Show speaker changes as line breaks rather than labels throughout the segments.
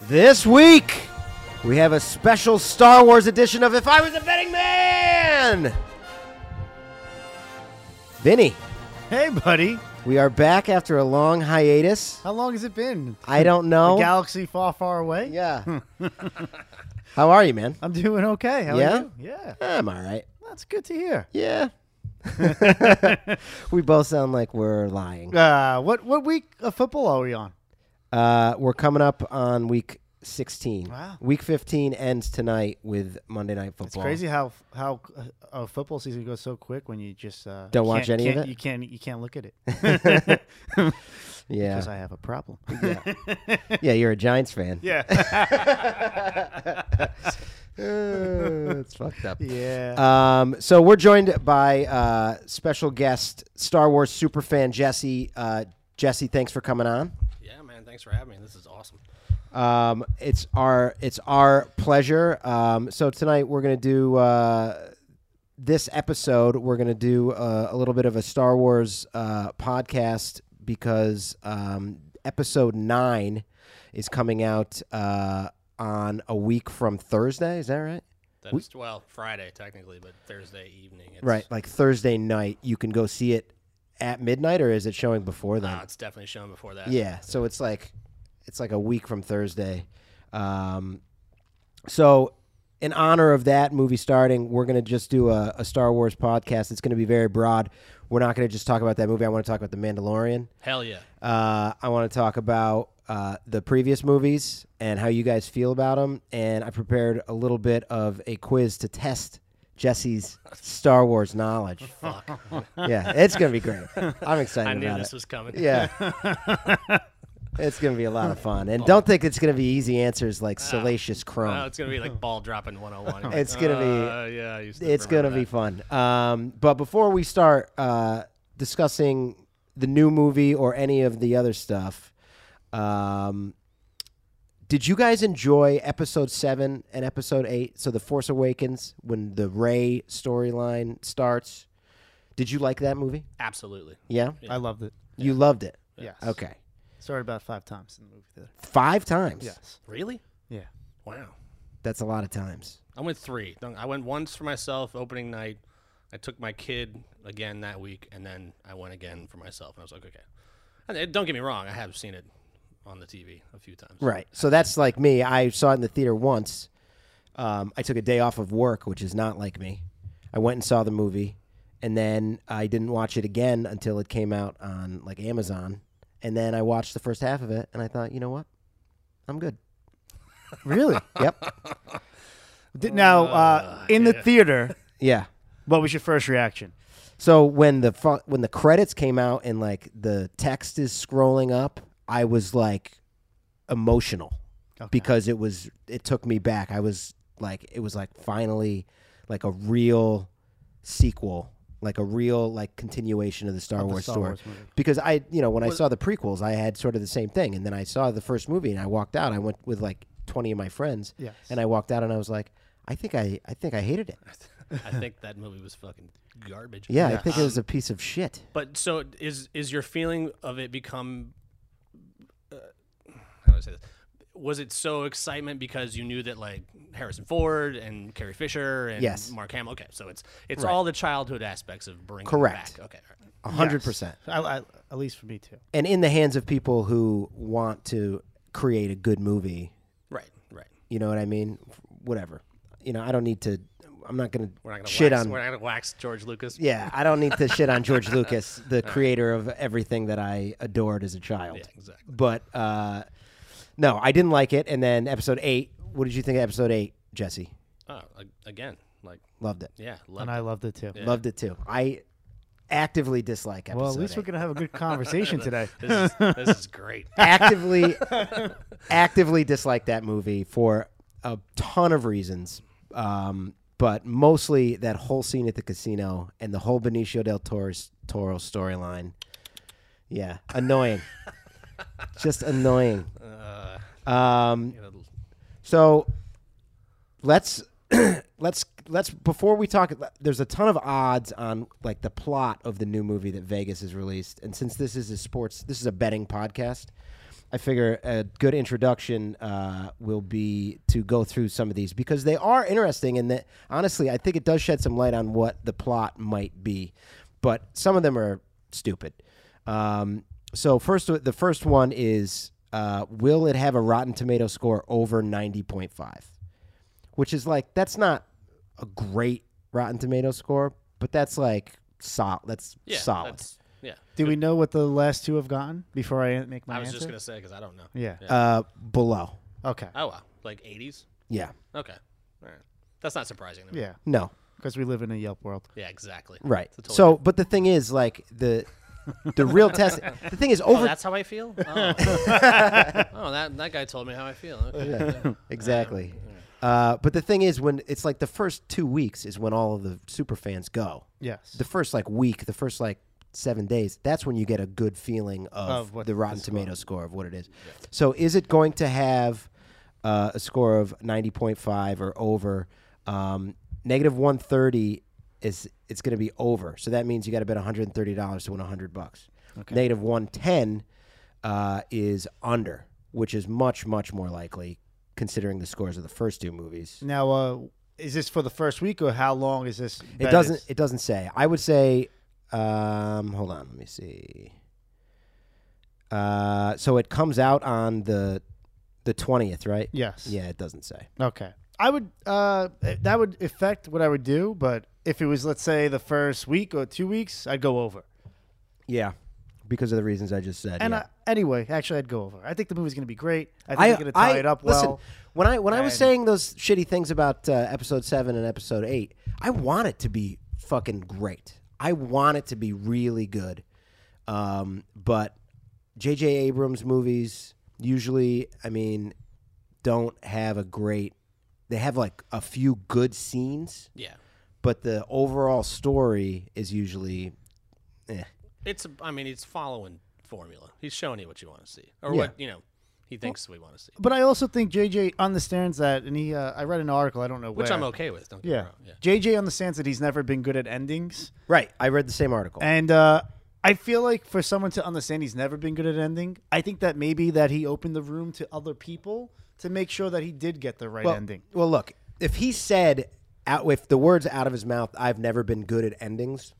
This week, we have a special Star Wars edition of If I Was a Betting Man! Vinny,
Hey, buddy.
we are back after a long hiatus.
How long has it been?
I don't
A Hmm.
know.
galaxy far, far away?
yeah. How are you, man?
I'm doing okay. How
Yeah?
are you? Yeah.
I'm all right.
That's good to hear.
Yeah. we both sound like we're lying.
Uh, what what week of football are we on?
Uh, we're coming up on week 16.
Wow.
Week 15 ends tonight with Monday Night Football.
It's crazy how how uh, uh, football season goes so quick when you just uh,
Don't
can't-
watch any of
can't-
it?
You can't you can't look at it because
Yeah.
I have a problem.
yeah, you're a Giants fan.
yeah.
Uh, it's fucked up.
yeah.
Um, so we're joined by uh, special guest Star Wars superfan Jesse. Uh, Jesse, thanks for coming on.
Yeah, man. Thanks for having me. This is awesome.
Um, it's our it's our pleasure. Um, so tonight we're gonna do uh, this episode. We're gonna do uh, a little bit of a Star Wars uh, podcast because um, episode nine is coming out uh, on a week from Thursday. Is that right?
That is well, Friday technically, but Thursday evening. It's,
Right, like Thursday night. You can go see it at midnight, or is it showing before then?
Uh, it's definitely shown before that.
Yeah, so it's like it's like a week from Thursday. Um, so in honor of that movie starting, we're gonna just do a, a Star Wars podcast. It's gonna be very broad. We're not gonna just talk about that movie. I want to talk about the Mandalorian.
Hell yeah.
Uh, I want to talk about uh, the previous movies and how you guys feel about them. And I prepared a little bit of a quiz to test Jesse's Star Wars knowledge.
Fuck.
yeah, it's gonna be great. I'm excited
I knew
about
this
it.
was coming.
Yeah. it's going to be a lot of fun. And don't think it's going to be easy answers like
Ah,
Salacious Crumb.
Oh, it's gonna be like ball dropping 101. You're
It's
like,
gonna be-
Uh, yeah. I used to
it's going to
remember
be
that.
fun. Um, but before we start uh, discussing the new movie or any of the other stuff, um, did you guys enjoy episode seven and episode eight? So, The Force Awakens, when the Ray storyline starts. Did you like that movie?
absolutely.
Yeah?
I loved it.
You loved it.
Yes.
Okay.
Started about five times in the movie theater.
Five times.
Yes.
Really?
Yeah.
Wow.
That's a lot of times.
I went three. Don't- I went once for myself opening night. I took my kid again that week, and then I went again for myself. And I was like, okay. And it- don't get me wrong. I have seen it on the TV a few times.
Right. So that's like me. I saw it in the theater once. Um, I took a day off of work, which is not like me. I went and saw the movie, and then I didn't watch it again until it came out on like Amazon. And then I watched the first half of it, and I thought, you know what? I'm good.
Really?
Yep.
Did- now, uh, in the theater,
yeah.
what was your first reaction?
So when the fu- when the credits came out and like the text is scrolling up, I was like emotional
Okay.
because it was it took me back. I was like it was like finally like a real sequel, like a real like continuation of the Star
Of the
Wars
Star
story.
Wars movie.
because I you know when I saw the prequels, I had sort of the same thing, and then I saw the first movie and I walked out. I went with like twenty of my friends,
Yes.
and I walked out and I was like, I think I I think I hated it.
I think that movie was fucking garbage.
Yeah, I think it was a piece of shit.
But so is is your feeling of it become? Uh, how do I say this? Was it so excitement because you knew that like Harrison Ford and Carrie Fisher and
Yes.
Mark Hamill? Okay, so it's it's all the childhood aspects of bringing it
Correct.
back. Okay, all right.
A hundred percent.
I, I, at least for me too.
and in the hands of people who want to create a good movie.
right, right.
You know what I mean? Whatever. You know, I don't need to. I'm not gonna,
We're not gonna
shit
wax,
on.
We're not gonna wax George Lucas.
yeah, I don't need to shit on George Lucas, the creator of everything that I adored as a child.
exactly.
But uh, no, I didn't like it. And then episode eight. What did you think of episode eight, Jesse?
Oh, a- again, like
Loved it.
yeah, love
And I loved it too.
Loved it too. I actively dislike episode.
Well, at least
eight.
we're gonna have a good conversation today.
this, is, this is great.
actively actively dislike that movie for a ton of reasons. Um, but mostly that whole scene at the casino and the whole Benicio del Toro's, Toro storyline. Yeah, annoying. Just annoying. Um,
Uh, You know,
so let's let's let's before we talk there's a ton of odds on like the plot of the new movie that Vegas has released and since this is a sports this is a betting podcast I figure a good introduction uh, will be to go through some of these because they are interesting, and that honestly, I think it does shed some light on what the plot might be. But some of them are stupid. Um, so first, the first one is: uh, Will it have a Rotten Tomato score over ninety point five? Which is like that's not a great Rotten Tomato score, but that's like solid. That's
Yeah,
solid.
that's- yeah.
Do we know what the last two have gotten before I make my
I was
answer?
just gonna say because I don't know.
Yeah.
Yeah.
uh, below.
Okay.
Oh wow, like 80s.
Yeah.
Okay, all right. That's not surprising to me.
Yeah.
No.
Because we live in a Yelp world.
Yeah, exactly.
Right.
It's a total
So, but the thing is, like the the real test. The thing is
Oh,
over.
that's how I feel. Oh, Oh, that that guy told me how I feel. Okay.
Yeah, exactly. Uh, but the thing is, when it's like the first two weeks is when all of the super fans go.
Yes.
The first like week, the first like seven days, that's when you get a good feeling of,
Of what
the Rotten
the score-
Tomato score of what it is. So, is it going to have uh, a score of ninety point five or over? Um, negative one thirty is it's going to be over. So that means you got to bet one hundred and thirty dollars to win hundred bucks. Negative one ten uh, is under, which is much much more likely considering the scores of the first two movies.
now, uh, is this for the first week or how long is this?
It doesn't. It doesn't say. I would say. Um, hold on. Let me see. Uh, so it comes out on the the twentieth, right?
yes.
Yeah, it doesn't say.
Okay. I would uh that would affect what I would do, but if it was let's say the first week or two weeks, I'd go over.
Yeah, because of the reasons I just said.
And
yeah.
I, anyway, actually, I'd go over. I think the movie's gonna be great. I think it's gonna tie
I-
it up
listen,
well.
when I when I was
and-
saying those shitty things about uh, episode seven and episode eight, I want it to be fucking great. I want it to be really good. Um, but J.J. Abrams movies usually, I mean, don't have a great. They have like a few good scenes,
Yeah,
but the overall story is usually, eh.
it's. I mean, he's following formula. He's showing you what you want to see, or
Yeah.
what you know he thinks we want to see,
But I also think JJ understands that, and he uh, I read an article. I don't know
which
where.
I'm okay with. Don't get me
Yeah.
wrong. Yeah.
JJ understands that he's never been good at endings.
right. I read the same article.
And uh, I feel like for someone to understand he's never been good at ending, I think that maybe that he opened the room to other people to make sure that he did get the right
well,
ending.
Well, look, if he said out with the words out of his mouth, "I've never been good at endings,"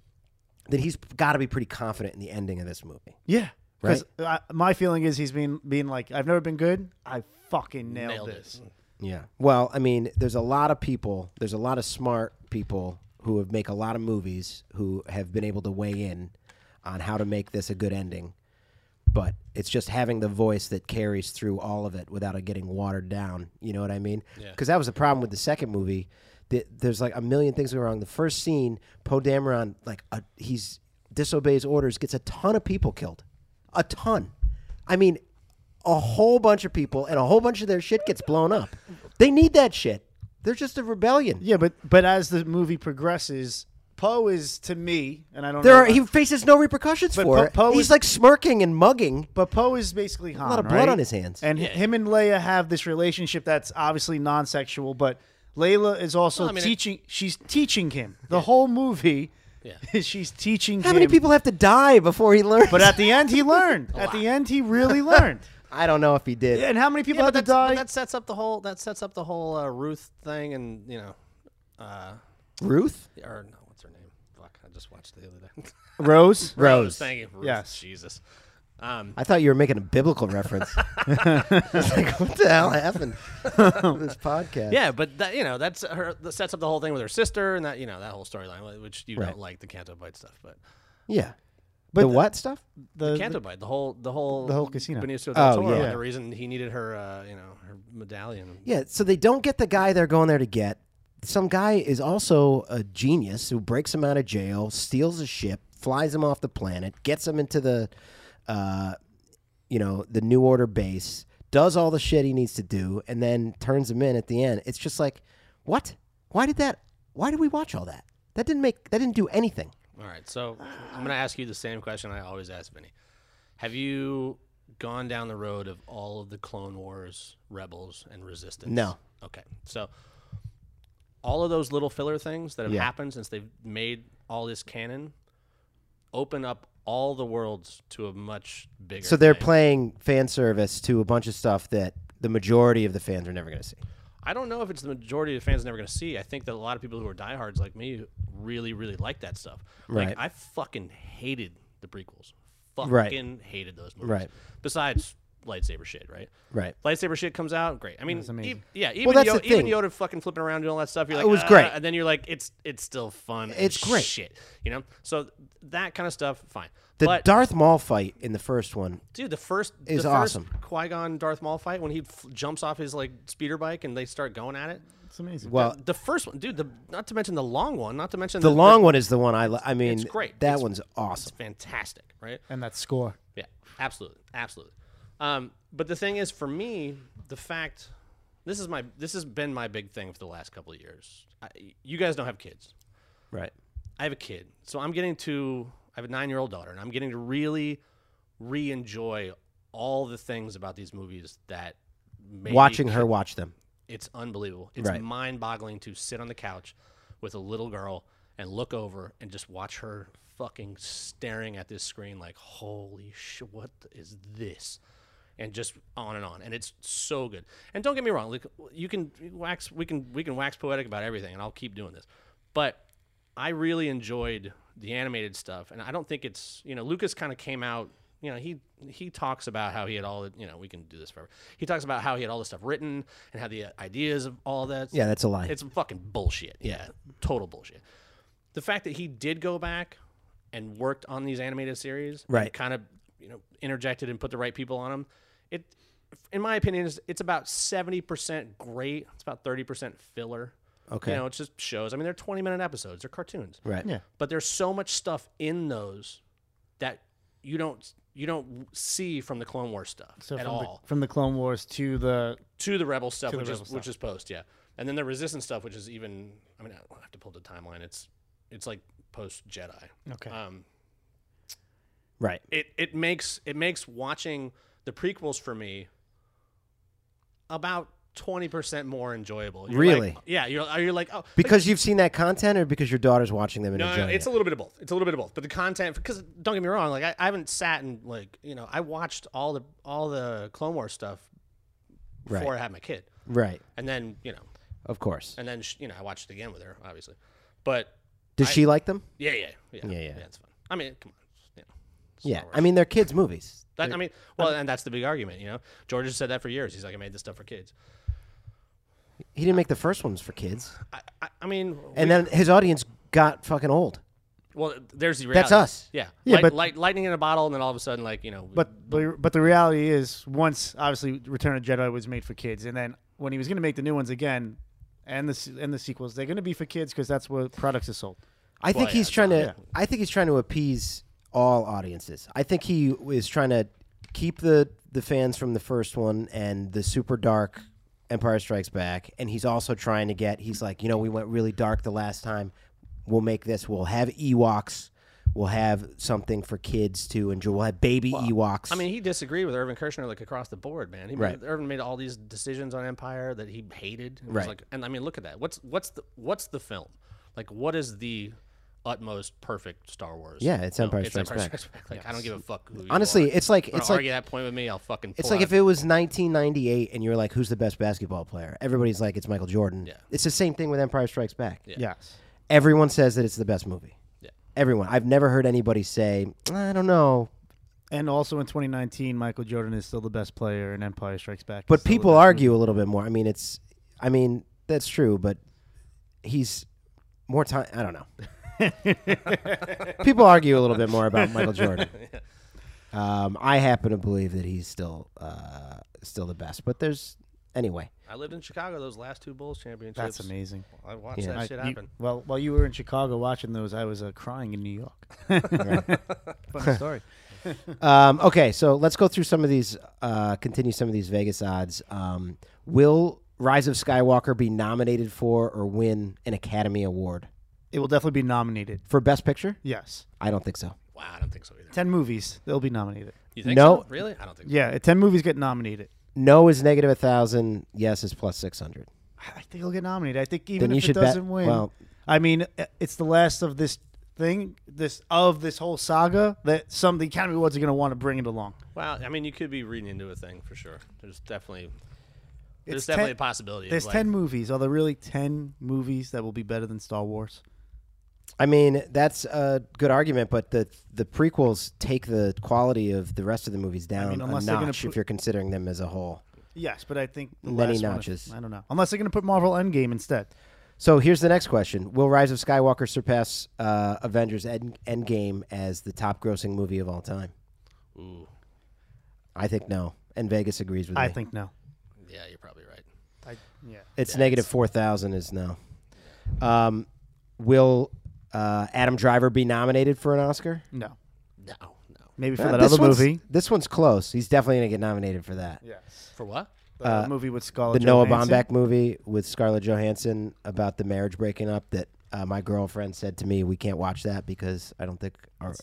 then he's got to be pretty confident in the ending of this movie.
Yeah.
Right?
Because my feeling is he's being being like, I've never been good. I fucking nailed,
Nailed
this.
Yeah. Well, I mean, there's a lot of people. There's a lot of smart people who have make a lot of movies who have been able to weigh in on how to make this a good ending. But it's just having the voice that carries through all of it without it getting watered down. You know what I mean? Because that was the problem with the second movie. The- There's like a million things that were wrong. The first scene, Poe Dameron, like a, he's disobeys orders, gets a ton of people killed, a ton. I mean, a whole bunch of people and a whole bunch of their shit gets blown up. They need that shit. They're just a rebellion.
Yeah, but but as the movie progresses, Poe is to me, and I don't
There
know.
are, he faces no repercussions
But
for
Po-
it.
Poe
He's
is-
like smirking and mugging.
but Poe is basically Han, a
lot of blood on his hands.
and h- him and Leia have this relationship that's obviously non-sexual, but Layla is also
Well, I mean, it-
teaching. she's teaching him the whole movie.
Yeah.
is she's teaching.
How many
him.
people have to die before he learns?
But at the end, he learned. at the end, he really learned.
I don't know if he did.
And how many people
Yeah, but,
had to
that's, but
die?
that sets up the whole that sets up the whole uh, Ruth thing, and you know, uh,
Ruth?
or no, what's her name? Fuck, I just watched it the other day.
Rose.
Rose.
Thank you. Ruth.
Yes.
Jesus. Um,
I thought you were making a biblical reference. I was like, what the hell happened to this podcast?
yeah, but that, you know that's her that sets up the whole thing with her sister and that you know that whole storyline, which you
Right.
don't like the Canto Bite stuff, but
Yeah. But the what stuff?
The,
Canto Bite, the whole the whole
the whole casino.
Benicio del
Oh,
Toro,
yeah.
the reason he needed her, uh, you know, her medallion.
Yeah, so they don't get the guy they're going there to get. Some guy is also a genius who breaks him out of jail, steals a ship, flies him off the planet, gets him into the, uh, you know, the New Order base, does all the shit he needs to do, and then turns him in at the end. It's just like, what? Why did that? Why did we watch all that? That didn't make. That didn't do anything.
All right, so I'm gonna ask you the same question I always ask Vinny. Have you gone down the road of all of the Clone Wars, Rebels, and Resistance?
No.
Okay, so all of those little filler things that have
Yeah.
happened since they've made all this canon open up all the worlds to a much bigger.
So they're
thing.
playing fan service to a bunch of stuff that the majority of the fans are never going to see.
I don't know if it's the majority of the fans never going to see. I think that a lot of people who are diehards like me really, really like that stuff. Like
Right.
I fucking hated the prequels. Fucking
Right.
hated those movies.
Right.
Besides lightsaber shit, right?
Right.
Lightsaber shit comes out, great. I mean,
amazing.
e- yeah, even
that's
Yo-
the
even
thing. Uh,
Yoda fucking flipping around and all that stuff. You're like,
It was
"Ah,"
great.
and then you're like, it's it's still fun. and
It's great.
shit. You know, so that kind of stuff, fine.
The
but
Darth Maul fight in the first one.
dude, the first
is
the
awesome.
Qui Gon Darth Maul fight when he f- jumps off his like speeder bike and they start going at it.
It's amazing.
Well,
The first one, dude. The, not to mention the long one. Not to mention
the long one is the one I. Li- I mean,
It's great.
That
It's-
one's
It's
awesome.
fantastic, right?
and that score.
Yeah, absolutely, absolutely. Um, but the thing is, for me, the fact this is my this has been my big thing for the last couple of years. I, you guys don't have kids.
Right.
I have a kid, so I'm getting to. I have a nine year old daughter, and I'm getting to really re enjoy all the things about these movies that maybe
Watching her watch them.
It's unbelievable. It's
Right.
mind boggling to sit on the couch with a little girl and look over and just watch her fucking staring at this screen like, holy shit, what is this? And just on and on, and it's so good. And don't get me wrong, like you can wax, we can we can wax poetic about everything, and I'll keep doing this. But I really enjoyed the animated stuff, and I don't think it's you know Lucas kind of came out. You know he he talks about how he had all the you know we can do this forever. He talks about how he had all this stuff written and how the uh, ideas of all that.
Yeah, that's a lie.
It's fucking bullshit. Yeah, total bullshit. The fact that he did go back and worked on these animated series,
Right.
Kind of you know interjected and put the right people on them. It, in my opinion, is it's about seventy percent great. It's about thirty percent filler.
Okay.
You know, it's just shows. I mean, they're twenty minute episodes. They're cartoons
right.
Yeah.
but there's so much stuff in those that you don't you don't see from the Clone Wars stuff
So
at
from
all
the, from the Clone Wars to the
to the Rebel stuff,
the
which
Rebel
is
stuff.
which is post, yeah, and then the Resistance stuff, which is even I mean I have to pull the timeline. It's it's like post Jedi.
okay.
Um,
Right.
it it makes it makes watching the prequels for me about twenty percent more enjoyable. You're like-
Really?
yeah. You're you're like oh like,
Because you've seen that content, or because your daughter's watching them and
No, no,
enjoying
no, it's
it.
a little bit of both. It's a little bit of both. But the content, because don't get me wrong, like I, I haven't sat and like you know I watched all the all the Clone Wars stuff before
Right.
I had my kid,
right.
and then you know,
Of course.
and then sh- you know I watched it again with her, obviously. But
Does she like them?
yeah, yeah, yeah,
Yeah, yeah.
it's fun. I mean, come on, you know, Star
Yeah.
Wars.
I mean, they're kids' movies.
That, I mean, well, and that's the big argument, you know. George has said that for years. He's like, I made this stuff for kids.
He didn't make the first ones for kids,
I, I, I mean,
and then his audience got fucking old.
well, there's the reality.
us.
Yeah,
Yeah,
Light-
but-
light, lightning in a bottle, and then all of a sudden, like you know,
But but but the reality is, once obviously Return of the Jedi was made for kids, and then when he was going to make the new ones again, and the s- and the sequels, they're going to be for kids because that's where products are sold.
I think
yeah,
he's
no,
trying to. I think he's trying to appease all audiences. I think he is trying to keep the the fans from the first one and the super dark Empire Strikes Back, and he's also trying to get. He's like, you know, we went really dark the last time. We'll make this. We'll have Ewoks. We'll have something for kids to enjoy. We'll have baby Ewoks.
I mean, he disagreed with Irvin Kershner like across the board, man. He
Right.
made, Irvin made all these decisions on Empire that he hated. It was
Right.
Like, and I mean, look at that. What's what's the what's the film? Like, what is the utmost perfect Star Wars?
Yeah, it's
film?
Empire Strikes Back.
Like, I don't give a fuck. Who you
honestly,
are.
it's like
You wanna
it's like
argue that point with me. I'll fucking.
It's
pull
like
out
if it was 1998 and you're like, who's the best basketball player? Everybody's like, it's Michael Jordan.
Yeah.
It's the same thing with Empire Strikes Back.
Yeah.
Yes.
Everyone says that it's the best movie.
Yeah.
Everyone. I've never heard anybody say, I don't know.
And also in 2019, Michael Jordan is still the best player in Empire Strikes Back. is
But
still the
people
best
argue a little bit more. I mean, it's, I mean, that's true, but he's more time. I don't know. people argue a little bit more about Michael Jordan. Um, I happen to believe that he's still, uh, still the best. But there's, anyway.
I lived in Chicago those last two Bulls championships.
That's amazing.
I watched
Yeah.
that
I-
shit
you-
happen.
well, while you were in Chicago watching those, I was uh, crying in New York. Funny story.
Um, okay, so let's go through some of these. Uh, continue some of these Vegas odds. Um, will Rise of Skywalker be nominated for or win an Academy Award
It will definitely be nominated.
for Best Picture?
Yes,
I don't think so.
Wow, I don't think so either.
ten movies they'll be nominated.
You think
No.
so? Really? I don't think. so.
Yeah, ten movies get nominated.
No is negative a thousand. Yes is plus six hundred.
I think he'll get nominated. I think
Then
even
you
if it
should bet-
doesn't win,
well-
I mean, uh, it's the last of this thing this of this whole saga that some the Academy Awards are going to want to bring it along.
Well, I mean, you could be reading into a thing for sure. There's definitely there's
It's
definitely
ten-
a possibility. of,
There's
like-
ten movies. Are there really ten movies that will be better than Star Wars?
I mean, that's a good argument, but the the prequels take the quality of the rest of the movies down
mean,
a
unless they're gonna
notch if
put-
you're considering them as a whole.
Yes, but I think the
Many
last one-
notches.
I don't know. Unless they're going to put Marvel Endgame instead.
So here's the next question: Will Rise of Skywalker surpass uh, Avengers End- Endgame as the top-grossing movie of all time?
Ooh,
I think no, and Vegas agrees with
I
me.
think no.
yeah, you're probably right.
I, yeah.
it's negative four thousand is no. Um, will uh, Adam Driver be nominated for an Oscar?
No.
No, no.
Maybe for
Uh,
that
this
other
one's-
movie.
This one's close. He's definitely going to get nominated for that.
Yes.
For what?
The movie with Scarlett
Uh, the Noah
Johansson.
Baumbach movie with Scarlett Johansson about the marriage breaking up that uh, my girlfriend said to me, we can't watch that because I don't think our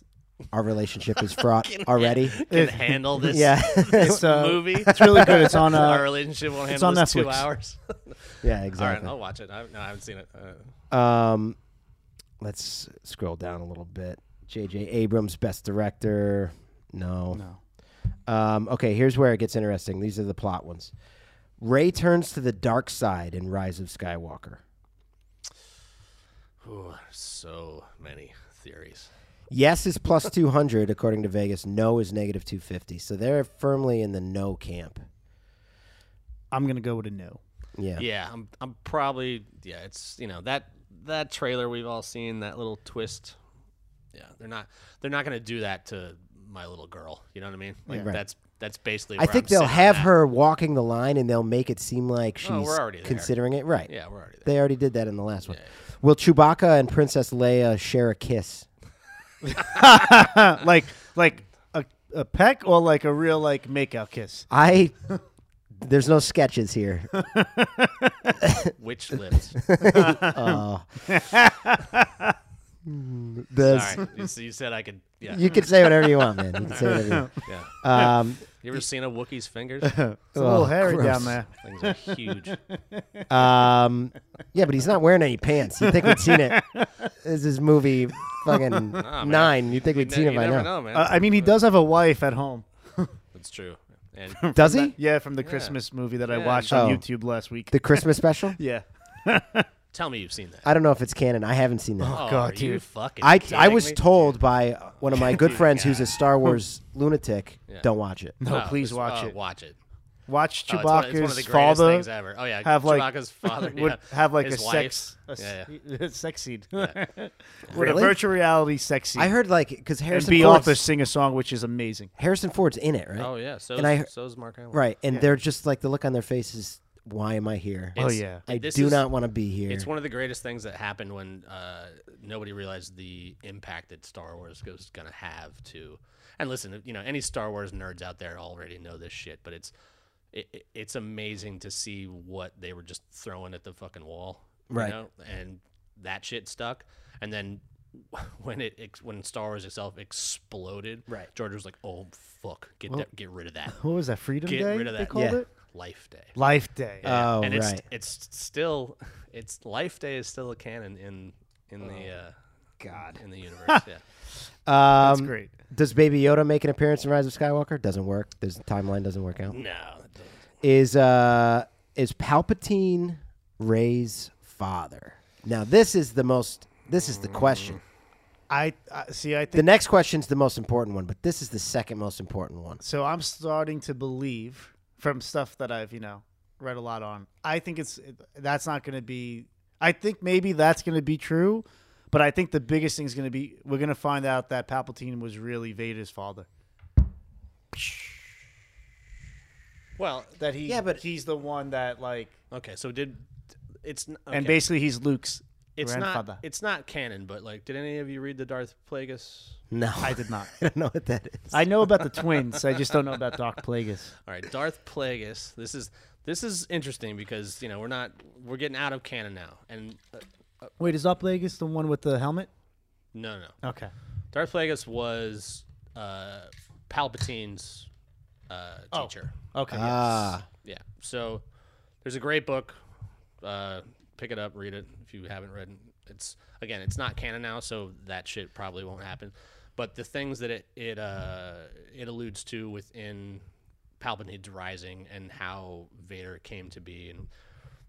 our relationship is fraught already.
Can handle this
Yeah,
It's, uh,
movie.
It's really good. It's on.
Our
Uh,
relationship won't handle
on
this two
Netflix.
hours.
yeah,
All right,
exactly.
I'll watch it. I, no, I haven't seen it. Uh,
Um, let's scroll down a little bit. J.J. Abrams, best director. No.
no.
Um, okay, here's where it gets interesting. These are the plot ones. Ray turns to the dark side in Rise of Skywalker.
ooh, so many theories.
Yes is plus 200 according to Vegas. No is negative 250. So they're firmly in the no camp.
I'm gonna go with a no.
Yeah.
Yeah, I'm. I'm probably. Yeah, it's you know that that trailer we've all seen. That little twist. Yeah, they're not. They're not gonna do that to my little girl. You know what I mean? Like
Yeah.
Right.
that's that's basically.
I
where
think
I'm
they'll
sitting on
have
that.
her walking the line and they'll make it seem like she's
Oh, we're already there.
considering it. Right.
Yeah, we're already there.
They already did that in the last one. Will Chewbacca and Princess Leia share a kiss?
like like a, a peck or like a real like makeout kiss.
I there's no sketches here.
Which lips?
Oh. There's-
Sorry, you, you said I could. Yeah,
You can say whatever you want, man. You can say whatever you want.
yeah.
Um,
You ever seen a Wookiee's fingers?
It's a little
Oh,
hairy
gross.
down there.
Things are huge.
Um, yeah, but he's not wearing any pants. You think we'd seen it? This is movie fucking
Oh, man.
nine. You think we'd
Ne-
seen
you
it by
never
now?
know, man.
Uh, I mean, he does have a wife at home.
It's true. And
Does he?
Yeah, from the Christmas movie that I
Yeah.
watched on
Oh.
YouTube last week.
The Christmas special?
yeah.
tell me you've seen
Oh,
that.
I don't know if it's canon. I haven't seen that.
oh,
God,
are you
dude.
fucking
I, I
kidding
was
me?
told by one of my good friends who's
yeah.
a Star Wars lunatic,
Yeah.
don't watch it.
No, please
just-
watch
oh,
it.
Watch it.
Watch
Oh, it's one- it's
Chewbacca's
one of the greatest
father
things ever. Oh yeah,
have, like-
Chewbacca's father
would
yeah.
have like
His
a
wife.
sex a,
Yeah, yeah.
s- a sex scene. With a
Really?
virtual reality sex scene.
I heard like because
and
Harrison
be
Ford's,
off to sing a song, which is amazing.
Harrison Ford's in it, right?
Oh yeah, so
And I-
so's Mark Hamill.
Right, and they're just like the look on their faces. Why am I here?
oh
It's-
yeah.
I
this
do
is-
not want to be here.
It's one of the greatest things that happened when uh, nobody realized the impact that Star Wars was going to have to. And listen, you know, any Star Wars nerds out there already know this shit, but it's it, it- it's amazing to see what they were just throwing at the fucking wall, you
Right.
know? And that shit stuck. And then when it ex- when Star Wars itself exploded,
Right.
George was like, "Oh fuck, get that, get rid of that,
What was that? Freedom
get
Day.
rid of
They
that,
called
Yeah.
it Uh,
Life Day."
Life Day.
Yeah,
Oh,
and it's
right.
it's still it's Life Day is still a canon in in the uh, God in the universe. yeah,
um,
That's great.
Does Baby Yoda make an appearance in Rise of Skywalker? Doesn't work. This timeline doesn't work out.
no, it doesn't.
Is uh is Palpatine Ray's father? Now this is the most this is the question.
Mm, I uh, see. I
The
think
next question's the most important one, but this is the second most important one.
so. I'm starting to believe from stuff that I've you know read a lot on. I think it's that's not going to be. I think maybe that's going to be true, but I think the biggest thing's going to be we're going to find out that Palpatine was really Vader's father.
well,
That he
Yeah, but-
he's the one that like
okay. So did it's n- okay.
and basically he's Luke's
it's
grandfather.
not it's not canon, but like, did any of you read the Darth Plagueis?
No.
I did not.
I don't know what that is.
I know about the twins. I just don't know about Doc Plagueis.
All right, Darth Plagueis. This is this is interesting because you know we're not we're getting out of canon now, and uh,
Wait, is Doc Plagueis the one with the helmet?
no, no,
Okay.
Darth Plagueis was uh, Palpatine's uh, teacher.
Okay.
Ah.
Yeah. uh, So there's a great book. Uh, pick it up, read it if you haven't read it. It's again, it's not canon now, so that shit probably won't happen. But the things that it it uh it alludes to within Palpatine's rising and how Vader came to be and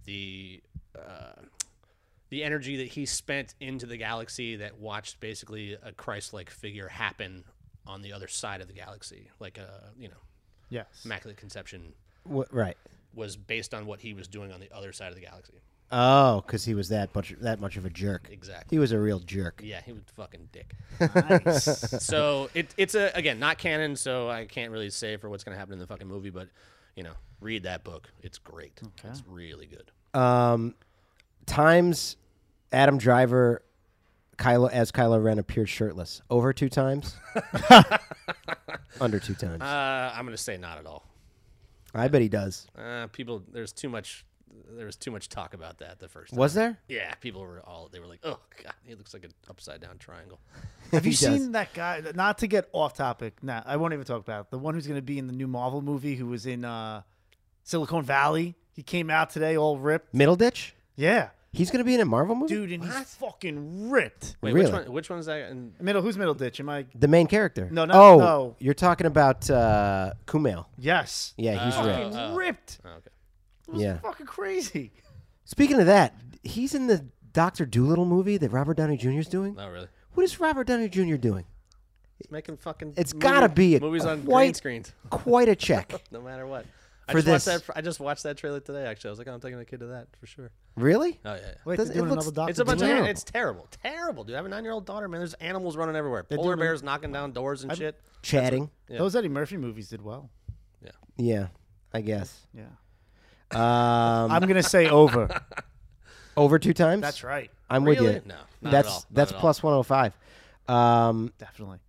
the uh, the energy that he spent into the galaxy that watched basically a Christ-like figure happen on the other side of the galaxy, like a you know
Yes.
Immaculate Conception
Wha- right.
was based on what he was doing on the other side of the galaxy.
Oh, because he was that much that much of a jerk.
Exactly.
He was a real jerk.
Yeah, he was a fucking dick.
Nice.
so it, it's a again not canon, so I can't really say for what's going to happen in the fucking movie, but you know, read that book. It's great. It's really good.
Um, times Adam Driver, Kylo as Kylo Ren appeared shirtless over two times, under two times.
Uh, I'm going to say not at all.
I bet he does.
Uh, people, there's too much. There was too much talk about that the first time.
Was there?
Yeah, people were all they were like, "Oh God, he looks like an upside down triangle."
Have you
He does.
seen that guy? Not to get off topic. Nah, I won't even talk about it. The one who's going to be in the new Marvel movie who was in uh, Silicon Valley. He came out today all ripped.
Middle ditch.
Yeah.
He's gonna be in a Marvel movie.
Dude, and he's fucking ripped.
Wait,
Really?
which one? Which one's that? And
Middle, who's middle ditch? Am I?
The main character.
No, no,
Oh,
no.
you're talking about uh, Kumail.
Yes.
Yeah, he's
Oh.
ripped.
Fucking ripped.
oh, okay.
It was
Yeah.
fucking crazy.
Speaking of that, he's in the Doctor Doolittle movie that Robert Downey Jr. is doing.
Not Oh, really.
What is Robert Downey Jr. doing?
It's making fucking.
It's gotta be a
movies on green
quite-
screens,
Quite a check.
no matter what. I
For
just watched
this-
that. I just watched that trailer today. Actually, I was like, oh, I'm taking a kid to that for sure.
really?
Oh yeah. yeah.
Wait,
Does-
they're doing
it looks-
another Doctor
It's a bunch
Doom?
of. It's terrible, terrible, dude. I have a nine-year-old daughter, man. There's animals running everywhere. Polar
doing-
bears knocking down doors and shit.
Chatting.
Yeah.
Those Eddie Murphy movies did well.
Yeah, I guess.
Yeah.
Um,
I'm gonna say over.
over two times.
That's right.
I'm
Really?
with you.
No, not
that's
at all. Not
that's
at all.
plus 105. Um,
Definitely.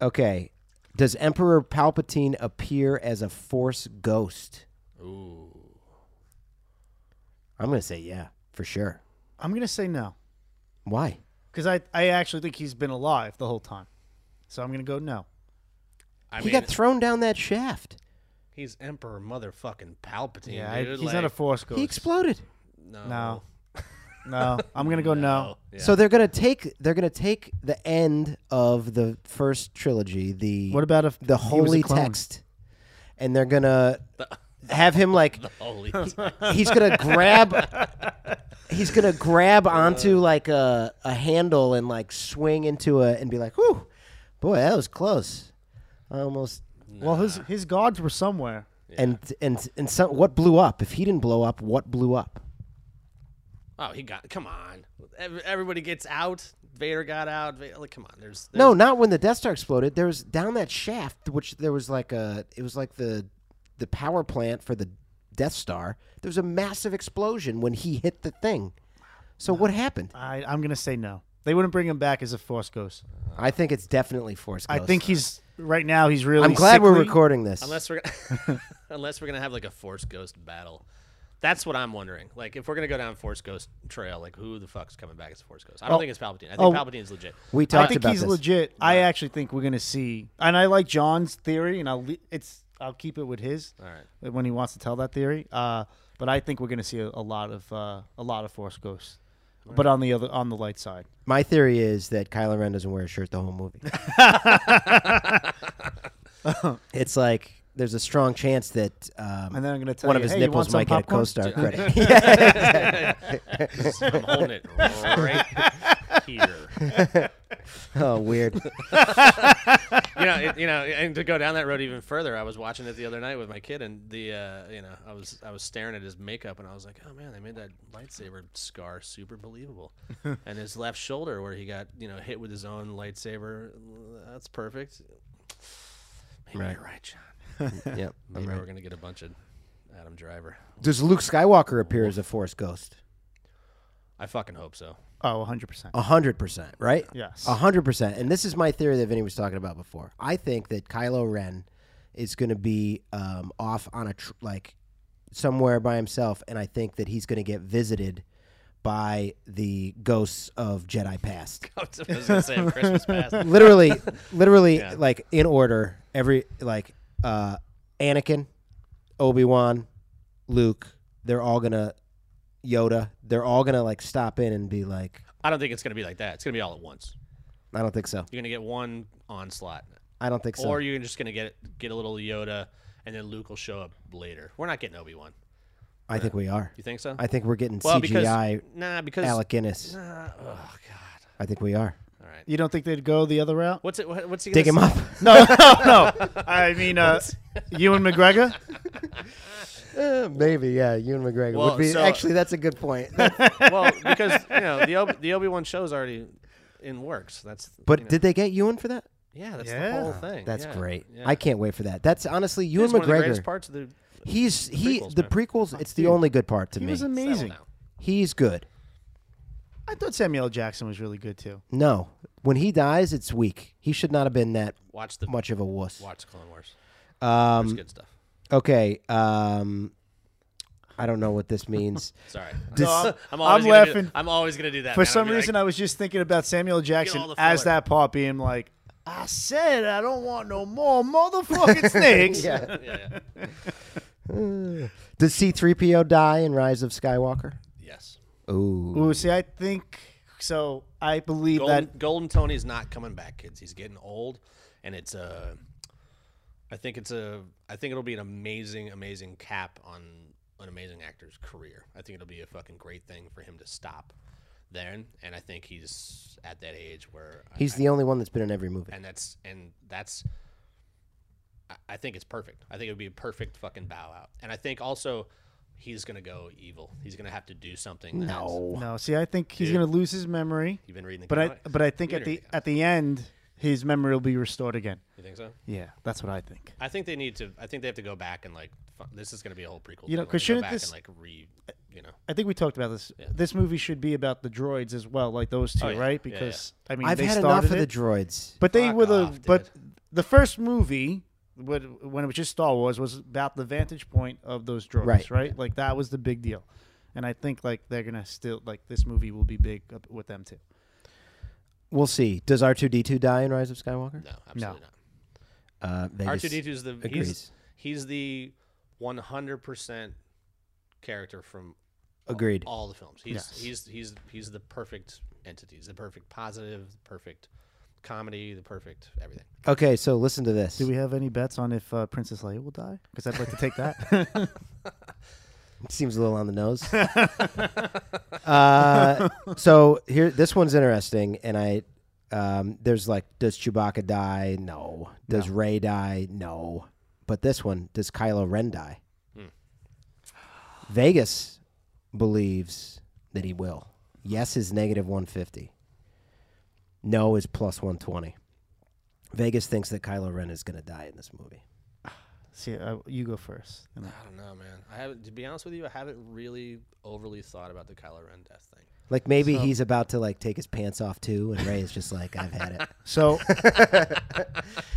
okay. Does Emperor Palpatine appear as a Force ghost?
Ooh.
I'm gonna say yeah, for sure.
I'm gonna say no
Why?
because I I actually think he's been alive the whole time. So I'm gonna go no.
I
he
mean,
got thrown down that shaft.
he's Emperor motherfucking Palpatine,
Yeah, I-
dude.
he's not a
like,
force ghost.
He exploded.
no. Oh,
no. No, I'm gonna go no.
Yeah.
So they're gonna take they're gonna take the end of the first trilogy, the
What about if
the
he was a
holy
clone?
text, and they're gonna
The-
have him like
Holy.
he's gonna grab he's gonna grab onto like a, a handle and like swing into a and be like, whew, boy, that was close. I almost
Well, his his gods were somewhere.
and and and some, what blew up? If he didn't blow up, what blew up?
oh, he got. Come on. Ev- Everybody gets out. Vader got out. Va- Like, come on. There's, there's
No, not when the Death Star exploded. There was down that shaft, which there was like a it was like the the power plant for the Death Star. There was a massive explosion when he hit the thing. So what happened?
I I'm gonna say no. They wouldn't bring him back as a force ghost.
I think it's definitely Force.
I
Ghost.
think he's right now. He's really.
I'm glad we're
sickly.
recording this.
Unless we're gonna, unless we're gonna have like a Force Ghost battle, that's what I'm wondering. Like if we're gonna go down Force Ghost trail, like who the fuck's coming back as Force Ghost? I don't think it's Palpatine. I think
oh.
Palpatine's legit.
we
I
talked
think
about
he's
this.
legit. I actually think we're gonna see, and I like John's theory, and I'll le- it's I'll keep it with his.
All right.
when he wants to tell that theory. Uh, but I think we're going to see a, a lot of uh, a lot of Force Ghosts, but on the other on the light side.
My theory is that Kylo Ren doesn't wear a shirt the whole movie. it's like there's a strong chance that um,
And then I'm going to tell
one of
you,
his
hey, you want
nipples
some
might get a
popcorn?
co-star
Dude,
credit.
I'm holding it right here.
oh, weird.
You know, it, you know, and to go down that road even further, I was watching it the other night with my kid, and the, uh, you know, I was I was staring at his makeup, and I was like, oh man, they made that lightsaber scar super believable, and his left shoulder where he got, you know, hit with his own lightsaber, that's perfect. Maybe you're right, John.
yep.
Maybe we're gonna get a bunch of Adam Driver.
Does Luke Skywalker appear as a Force ghost?
I fucking hope so.
Oh, 100 percent.
A hundred percent, right?
Yes.
A hundred percent. And this is my theory that Vinny was talking about before. I think that Kylo Ren is going to be um, off on a tr- like somewhere by himself, and I think that he's going to get visited by the ghosts of Jedi past.
I was gonna say Christmas past.
literally, literally,
Yeah.
like in order. Every like uh, Anakin, Obi Wan, Luke. They're all gonna Yoda. They're all gonna like stop in and be like,
I don't think it's gonna be like that. It's gonna be all at once.
I don't think so.
You're gonna get one onslaught,
I don't think so.
or you're just gonna get get a little Yoda, and then Luke will show up later. We're not getting Obi Wan.
I think we are.
You think so?
I think we're getting
well,
CGI.
because nah, because
Alec Guinness.
nah, oh god.
I think we are.
All right.
You don't think they'd go the other route?
What's it? What, what's he?
Dig him
gonna
up.
say?
No, no, no. I mean, uh, Ewan McGregor.
Uh, maybe, yeah. Ewan McGregor
Well,
would be.
so-
actually, that's a good point.
well, because you know the Ob- the Obi Wan show is already in works. That's
but
you know,
did they get Ewan for that?
yeah, that's
Yeah.
the whole thing.
That's
Yeah,
great.
yeah.
I can't wait for that. That's honestly Ewan
It's one of the
McGregor.
greatest parts of the.
he's he
Prequels,
the
man.
prequels. It's the only good part to
He
me.
was amazing.
Settle down.
He's good.
I thought Samuel L. Jackson was really good too.
No, when he dies, it's weak. He should not have been that
Watch the
much of a wuss.
watch Clone Wars. It's
Um,
good stuff.
okay. Um, I don't know what this means.
Sorry,
Dis-
I'm,
I'm
always gonna do-
laughing.
I'm always gonna do that
For
man. I'm
some
gonna be
reason,
like,
I was just thinking about Samuel L. Jackson
all the
as
filler.
that part being like, I said I don't want no more motherfucking snakes.
yeah.
yeah, yeah.
Does C-3PO die in Rise of Skywalker?
yes.
Ooh.
Ooh, see, I think so. I believe
Golden,
that
Golden Tony's not coming back, kids. He's getting old, and it's a. I think it's a. I think it'll be an amazing, amazing cap on an amazing actor's career. I think it'll be a fucking great thing for him to stop then, and I think he's at that age where I-
He's the only one that's been in every movie.
and that's and that's I- I think it's perfect. I think it would be a perfect fucking bow out. And I think also he's gonna go evil. He's gonna have to do something. that's-
No.
no. See, I think he's gonna lose his memory,
You've been reading the
but I
comic?
but I think
You
at
didn't
the
read
at the end, his memory will be restored again.
You think so?
Yeah, that's what I think.
I think they need to. I think they have to go back and like. fu- This is going to be a whole prequel.
You know, 'cause
thing, like,
shouldn't
go back
this-
and like re, you know,
I think we talked about this. This movie should be about the droids as well, like those two,
Oh, yeah.
right?
Yeah, yeah.
Because I mean,
I've
they
had enough
started
of the
it.
droids.
But they
Fuck
were the
off, dude.
but the first movie when when it was just Star Wars was about the vantage point of those droids,
Right.
right? Like that was the big deal, and I think like they're gonna still like this movie will be big up with them too.
We'll see. Does R2D2 die in Rise of Skywalker?
no, absolutely
Uh, they
not. R
just-
two D two is the he's,
agrees.
he's the one hundred percent character from
Agreed.
all the films. He's
Yes.
he's he's he's the perfect entity. He's the perfect positive, the perfect comedy, the perfect everything.
Okay, so listen to this.
Do we have any bets on if uh, Princess Leia will die? Because I'd like to take that.
Seems a little on the nose. uh, so here, this one's interesting, and I, um, there's like, does Chewbacca die? No. Does Ray die? No. But this one, does Kylo Ren die? Vegas believes that he will. Yes is negative 150. No is plus 120. Vegas thinks that Kylo Ren is going to die in this movie.
See, uh, you go first. And
I don't know, man. I haven't. To be honest with you, I haven't really overly thought about the Kylo Ren death thing.
Like maybe he's about to like take his pants off too, and Ray is just like, "I've had it.
So
I've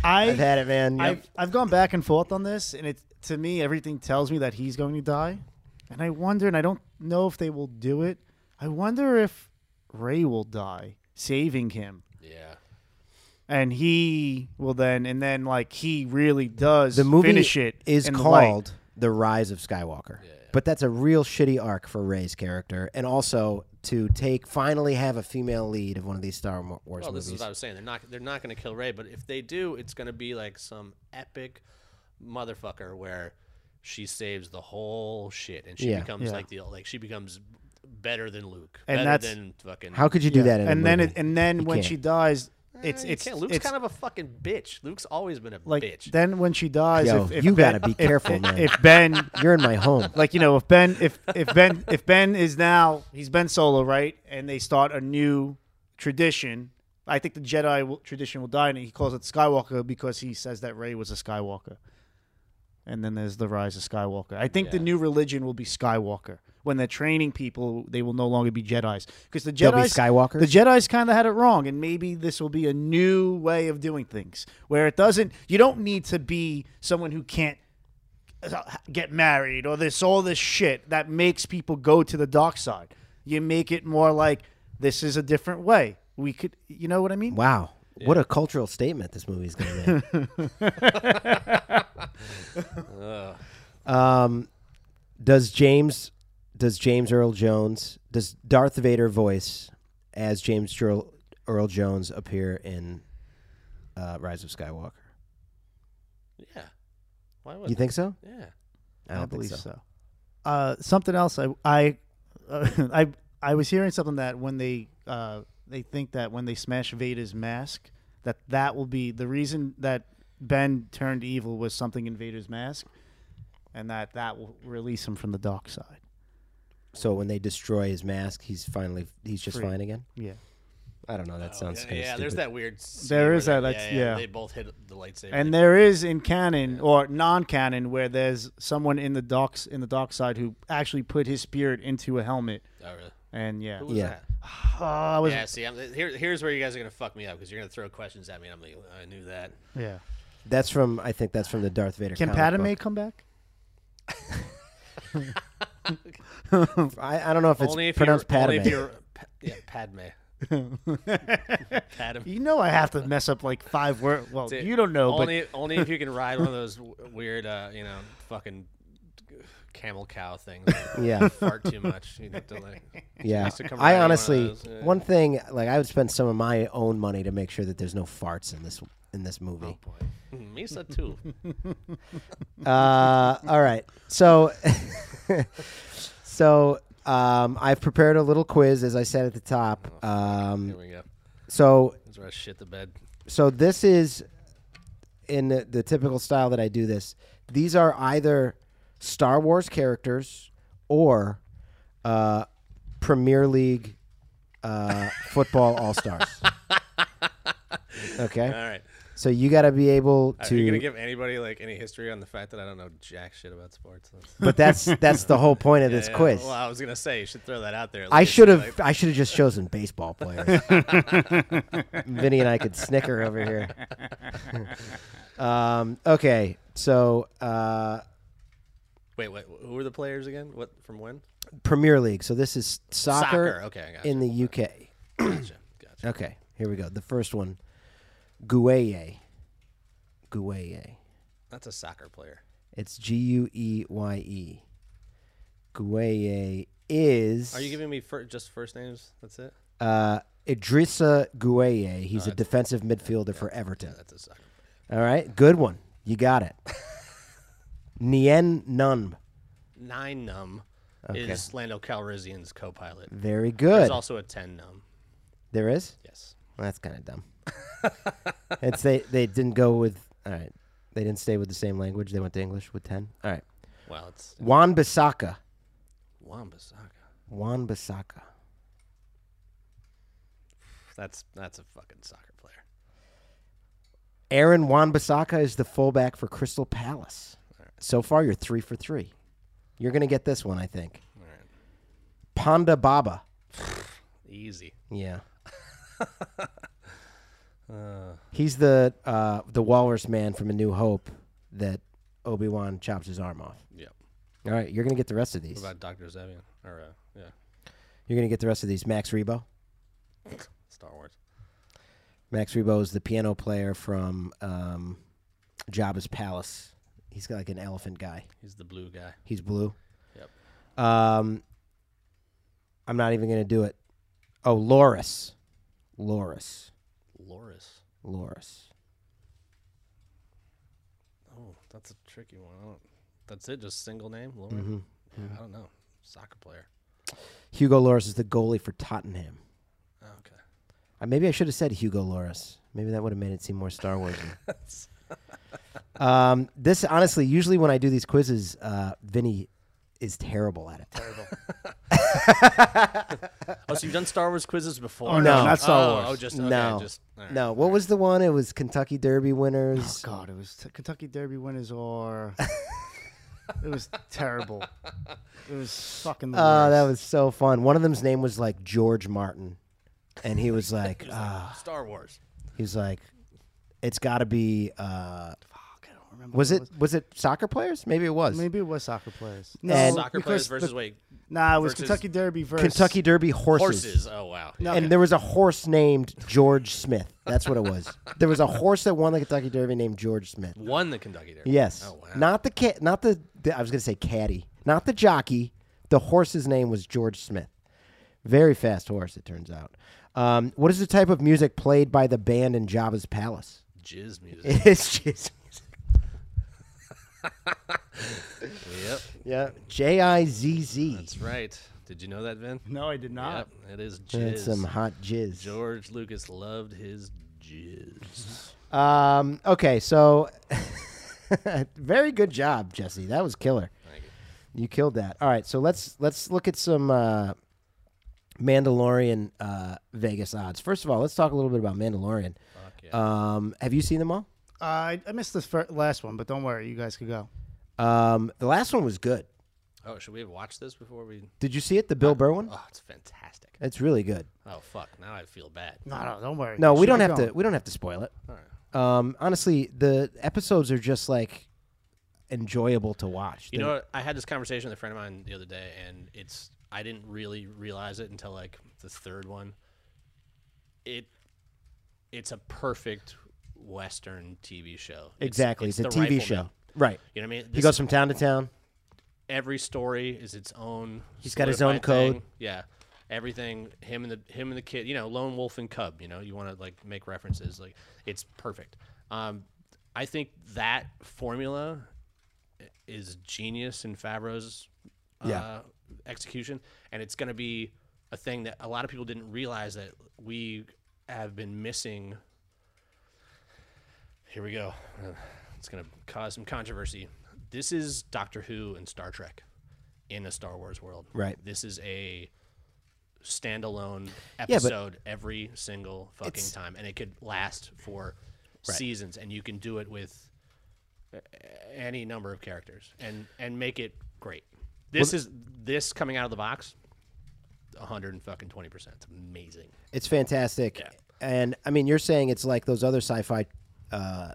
I
had it, man." Yep.
I've, I've gone back and forth on this, and it to me everything tells me that he's going to die, and I wonder, and I don't know if they will do it. I wonder if Ray will die, saving him,
Yeah.
and he will then, and then like he really does
the movie
finish it
is
in the light.
called "The Rise of Skywalker," but that's a real shitty arc for Ray's character, and also to take finally have a female lead of one of these Star Mo- Wars
Well, Oh, this
movies.
is what I was saying. They're not they're not going to kill Ray, but if they do, it's going to be like some epic motherfucker where she saves the whole shit and she
Yeah.
becomes
Yeah.
like the like she becomes better than Luke,
And
better
that's-
than fucking.
How could you do
Yeah.
that? In
and
a
then
movie?
it, and then
You
when
can't.
she dies,
Eh,
it's
you
it's
can't. Luke's
it's
kind of a fucking bitch. Luke's always been a
like
bitch.
then when she dies,
Yo,
if, if
you
Ben-
gotta be
if-
careful, man.
If Ben
you're in my home.
like you know if ben if if ben if ben is now he's ben solo right and they start a new tradition i think the jedi will, tradition will die and he calls it skywalker because he says that ray was a skywalker and then there's the rise of skywalker i think the
Yeah.
new religion will be skywalker when they're training people they will no longer be jedis because the
They'll be
jedi's
Skywalkers?
the jedi's kind of had it wrong and maybe this will be a new way of doing things where it doesn't you don't need to be someone who can't get married or this all this shit that makes people go to the dark side. You make it more like this is a different way. We could, you know what I mean?
Wow, what a cultural statement this movie's going to make. um, does James does James Earl Jones does Darth Vader voice as James Earl, Earl Jones appear in uh, Rise of Skywalker?
Yeah. Why would
You think so?
Yeah.
I, believe so. Uh, something else I I uh, I I was hearing something that when they uh, they think that when they smash Vader's mask that that will be the reason that Ben turned evil was something in Vader's mask, and that that will release him from the dark side.
So when they destroy his mask, he's finally he's just
Free.
fine again.
Yeah,
I don't know. That sounds
Oh, yeah,
kind of
yeah,
stupid.
there's that weird. scene
There
where
is
they-
that, that's- yeah.
They both hit the lightsaber.
and there is in canon or non-canon where there's someone in the docks in the dark side who actually put his spirit into a helmet,
oh, really?
and yeah,
Who was
Yeah.
that?
Oh, I was
Yeah, see, I'm, here, here's where you guys are gonna fuck me up because you're gonna throw questions at me, and I'm like, I knew that.
yeah.
That's from I think that's from the Darth Vader.
Can
comic
Padme
book.
come back?
I, I don't know if it's
only if
pronounced
you're,
Padme.
Only if you're, pa- yeah, Padme. Padme.
You know I have to mess up like five words. Well,
Dude,
you don't know,
Only, only if you can ride one of those w- weird, uh, you know, fucking camel cow things. that
Yeah.
Fart too much. You know, to like,
yeah,
Nice to come
I
riding one of
honestly
those, yeah.
one thing like I would spend some of my own money to make sure that there's no farts in this in this movie.
Oh, Mm, Misa too. Oh.
Uh, all right, so so um, I've prepared a little quiz as I said at the
Oh,
top.
Here
Um,
we go.
so
That's where I shit the bed.
so this is in the, the typical style that I do this. These are either Star Wars characters or uh, Premier League uh, football all stars. Okay,
All right.
so you got to be able
Uh, Are
to.
you gonna give anybody like any history on the fact that I don't know jack shit about sports? That's-
but that's that's the whole point of this
Yeah,
quiz.
Well, I was gonna say you should throw that out there. at
I
least,
should have
like-
I should have just chosen baseball players. Vinny and I could snicker over here. um, okay, so uh,
wait, wait. Who were the players again? What from when?
Premier League. So this is soccer,
Soccer, okay, I gotcha.
in the UK.
Gotcha. Gotcha.
Okay, here we go. The first one, Gueye. Gueye.
That's a soccer player.
It's G U E Y E. Gueye is.
Are you giving me fir- just first names? That's it.
uh, Idrissa Gueye? He's a defensive midfielder for Everton.
That's a soccer. player.
All right, good one. You got it. Nien Nun.
Nine num is Lando Calrissian's co-pilot.
Very
There's
good.
also a ten num.
there is.
Yes.
Well, that's kind of dumb. it's they they didn't go with all right. They didn't stay with the same language. They went to English with ten. All right.
Well, it's
Juan Bisaka.
Wambasaka.
Juan Bisaka.
That's that's a fucking soccer player.
Aaron Juan Bisaka is the fullback for Crystal Palace. So far, you're three for three. You're gonna get this one, I think.
All right.
Panda Baba.
Easy.
Yeah. He's the uh, the walrus man from A New Hope that Obi Wan chops his arm off.
Yep.
All right, you're gonna get the rest of these.
What about Doctor Zevian? Or uh, yeah,
You're gonna get the rest of these. Max Rebo.
Star Wars.
Max Rebo is the piano player from um, Jabba's Palace. He's got like an elephant guy.
He's the blue guy.
He's blue.
Yep.
Um, I'm not even gonna do it. Oh, Loris, Loris,
Loris.
Loris.
Oh, that's a tricky one. I don't, that's it. Just single name. Loris. Mm-hmm. Yeah, I don't know. Soccer player.
Hugo Loris is the goalie for Tottenham.
Oh, okay.
Uh, maybe I should have said Hugo Loris. Maybe that would have made it seem more Star Wars. um, this honestly, usually when I do these quizzes, uh, Vinny is terrible at it.
Oh, so you've done Star Wars quizzes before?
Oh, no,
No.
not Star
oh,
Wars.
Oh, just okay,
no,
Just, all right.
no. What was the one? It was Kentucky Derby winners.
Oh, God, it was t- Kentucky Derby winners or it was terrible. It was fucking. The
Oh, that
worst.
was so fun. One of them's name was like George Martin, and he was like, uh,
Star Wars.
he was like, it's got to be. Uh,
Fuck, I don't remember.
was
what
it was it soccer players? Maybe it was
Maybe it was soccer players. No,
And-
Soccer
because
players versus wait
nah, it was
versus-
Kentucky Derby versus
Kentucky Derby
horses. Oh wow.
No.
and there was a horse named George Smith. That's what it was. there was a horse that won the Kentucky Derby named George Smith.
Won the Kentucky Derby.
Yes.
Oh wow.
Not the cat. Not the, the- I was going to say caddy. Not the jockey. The horse's name was George Smith. Very fast horse, it turns out. Um, what is the type of music played by the band in Jabba's palace?
Jizz music.
It's just
yep,
yeah, J I Z Z.
that's right. Did you know that, Vin?
No, I did not.
Yep, it is jizz.
That's some hot jizz.
George Lucas loved his jizz.
Um, okay, so very good job, Jesse. That was killer.
Thank you.
You killed that. All right, so let's let's look at some uh, Mandalorian uh, Vegas odds. First of all, let's talk a little bit about Mandalorian.
Fuck yeah.
Um, have you seen them all?
Uh, I, I missed the fir- last one, but don't worry, you guys could go.
Um, the last one was good.
oh, should we have watched this before we?
Did you see it? The Bill Burr one?
Oh, it's fantastic.
It's really good.
Oh fuck, now I feel bad.
No, no, don't worry.
No,
You
we
should
don't
be
have
going.
to. We don't have to spoil it.
All right.
Um, honestly, the episodes are just like enjoyable to watch.
You
They're-
know, what? I had this conversation with a friend of mine the other day, and it's I didn't really realize it until like the third one. It, it's a perfect Western TV show. It's-
exactly. It's, a
the
TV
Rifleman.
show, right?
You know what I mean?
He
This-
goes from town to town.
every story is its own.
He's got his
solidified
own code.
thing. Yeah, everything. Him and the him and the kid. You know, lone wolf and cub. You know, you want to like make references. Like it's perfect. Um, I think that formula i- is genius in Favreau's uh,
Yeah.
execution, and it's going to be a thing that a lot of people didn't realize that we have been missing here we go. Uh, It's going to cause some controversy. This is Doctor Who and Star Trek in a Star Wars world.
Right.
This is a standalone
but-
episode every single fucking
It's-
time, and it could last for seasons, and you can do it with uh, any number of characters and and make it great. This is this coming out of the box. 120 percent. It's amazing.
It's fantastic. And I mean, you're saying it's like those other sci-fi uh,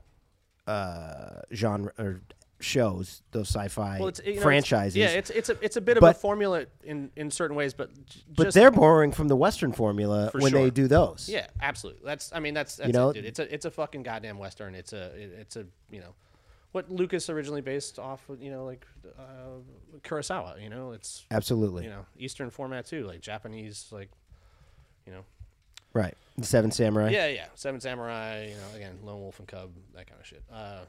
uh, genre or shows, those sci-fi
Well, it's you know, it's-
franchises.
yeah, it's it's a it's a bit of a
But-
formula in in certain ways, but j-
but
just,
they're borrowing from the Western formula
For
when they
sure.
do those.
yeah, absolutely. That's I mean that's, that's
know-
it, dude. It's a it's a fucking goddamn western. It's a it- it's a you know what Lucas originally based off of, you know like uh, Kurosawa. You know it's
absolutely.
you know Eastern format too, like Japanese like you know
Right, the Seven Samurai.
yeah yeah Seven Samurai. You know again Lone Wolf and Cub that kind of shit. Uh,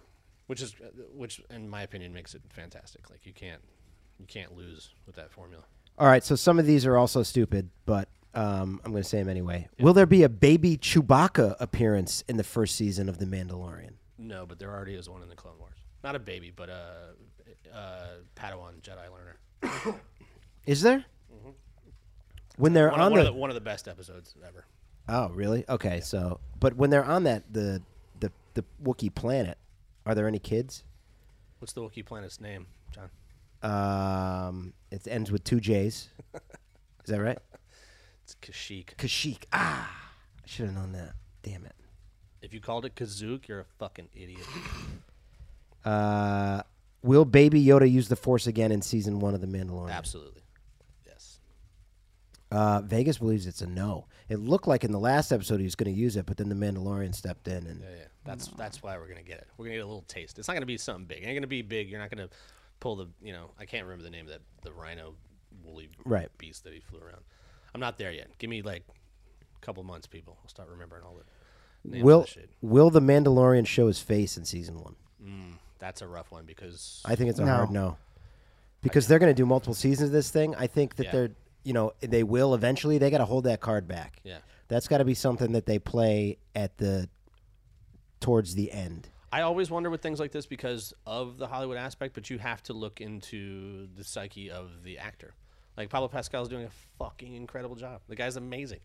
which is which in my opinion makes it fantastic. Like you can't you can't lose with that formula.
All right, so some of these are also stupid, but um, I'm going to say them anyway. Will there be a baby Chewbacca appearance in the first season of The Mandalorian?
No, but there already is one in the Clone Wars. Not a baby, but a, uh Padawan Jedi learner.
Is there? When they're
Mm-hmm.
on
One, of- one
the,
of the, one of the best episodes ever.
Oh, really? Okay, so but when they're on that the the the Wookiee planet, are there any kids?
What's the Wookiee planet's name, John?
Um, it ends with two J's. Is that right?
It's Kashyyyk.
Kashyyyk. Ah, I should have known that. Damn it.
If you called it Kazook, you're a fucking idiot.
Uh, will Baby Yoda use the Force again in season one of The Mandalorian?
Absolutely. Yes.
Uh, Vegas believes it's a no. It looked like in the last episode he was going to use it, but then the Mandalorian stepped in and
Yeah, yeah. That's that's why we're gonna get it. We're gonna get a little taste. It's not gonna be something big. It ain't gonna be big. You're not gonna pull the you know. I can't remember the name of that the rhino woolly
Right.
beast that he flew around. I'm not there yet. Give me like a couple months, people. I'll start remembering all the names of
will
the shit.
will the Mandalorian show his face in season one?
That's a rough one because
I think it's a
No.
hard no. Because they're going to do multiple seasons of this thing. I think that
Yeah.
they're, you know, they will eventually. They got to hold that card back.
Yeah.
That's got to be something that they play at the towards the end.
I always wonder with things like this because of the Hollywood aspect, but you have to look into the psyche of the actor. Like Pablo Pascal's doing a fucking incredible job. The guy's amazing.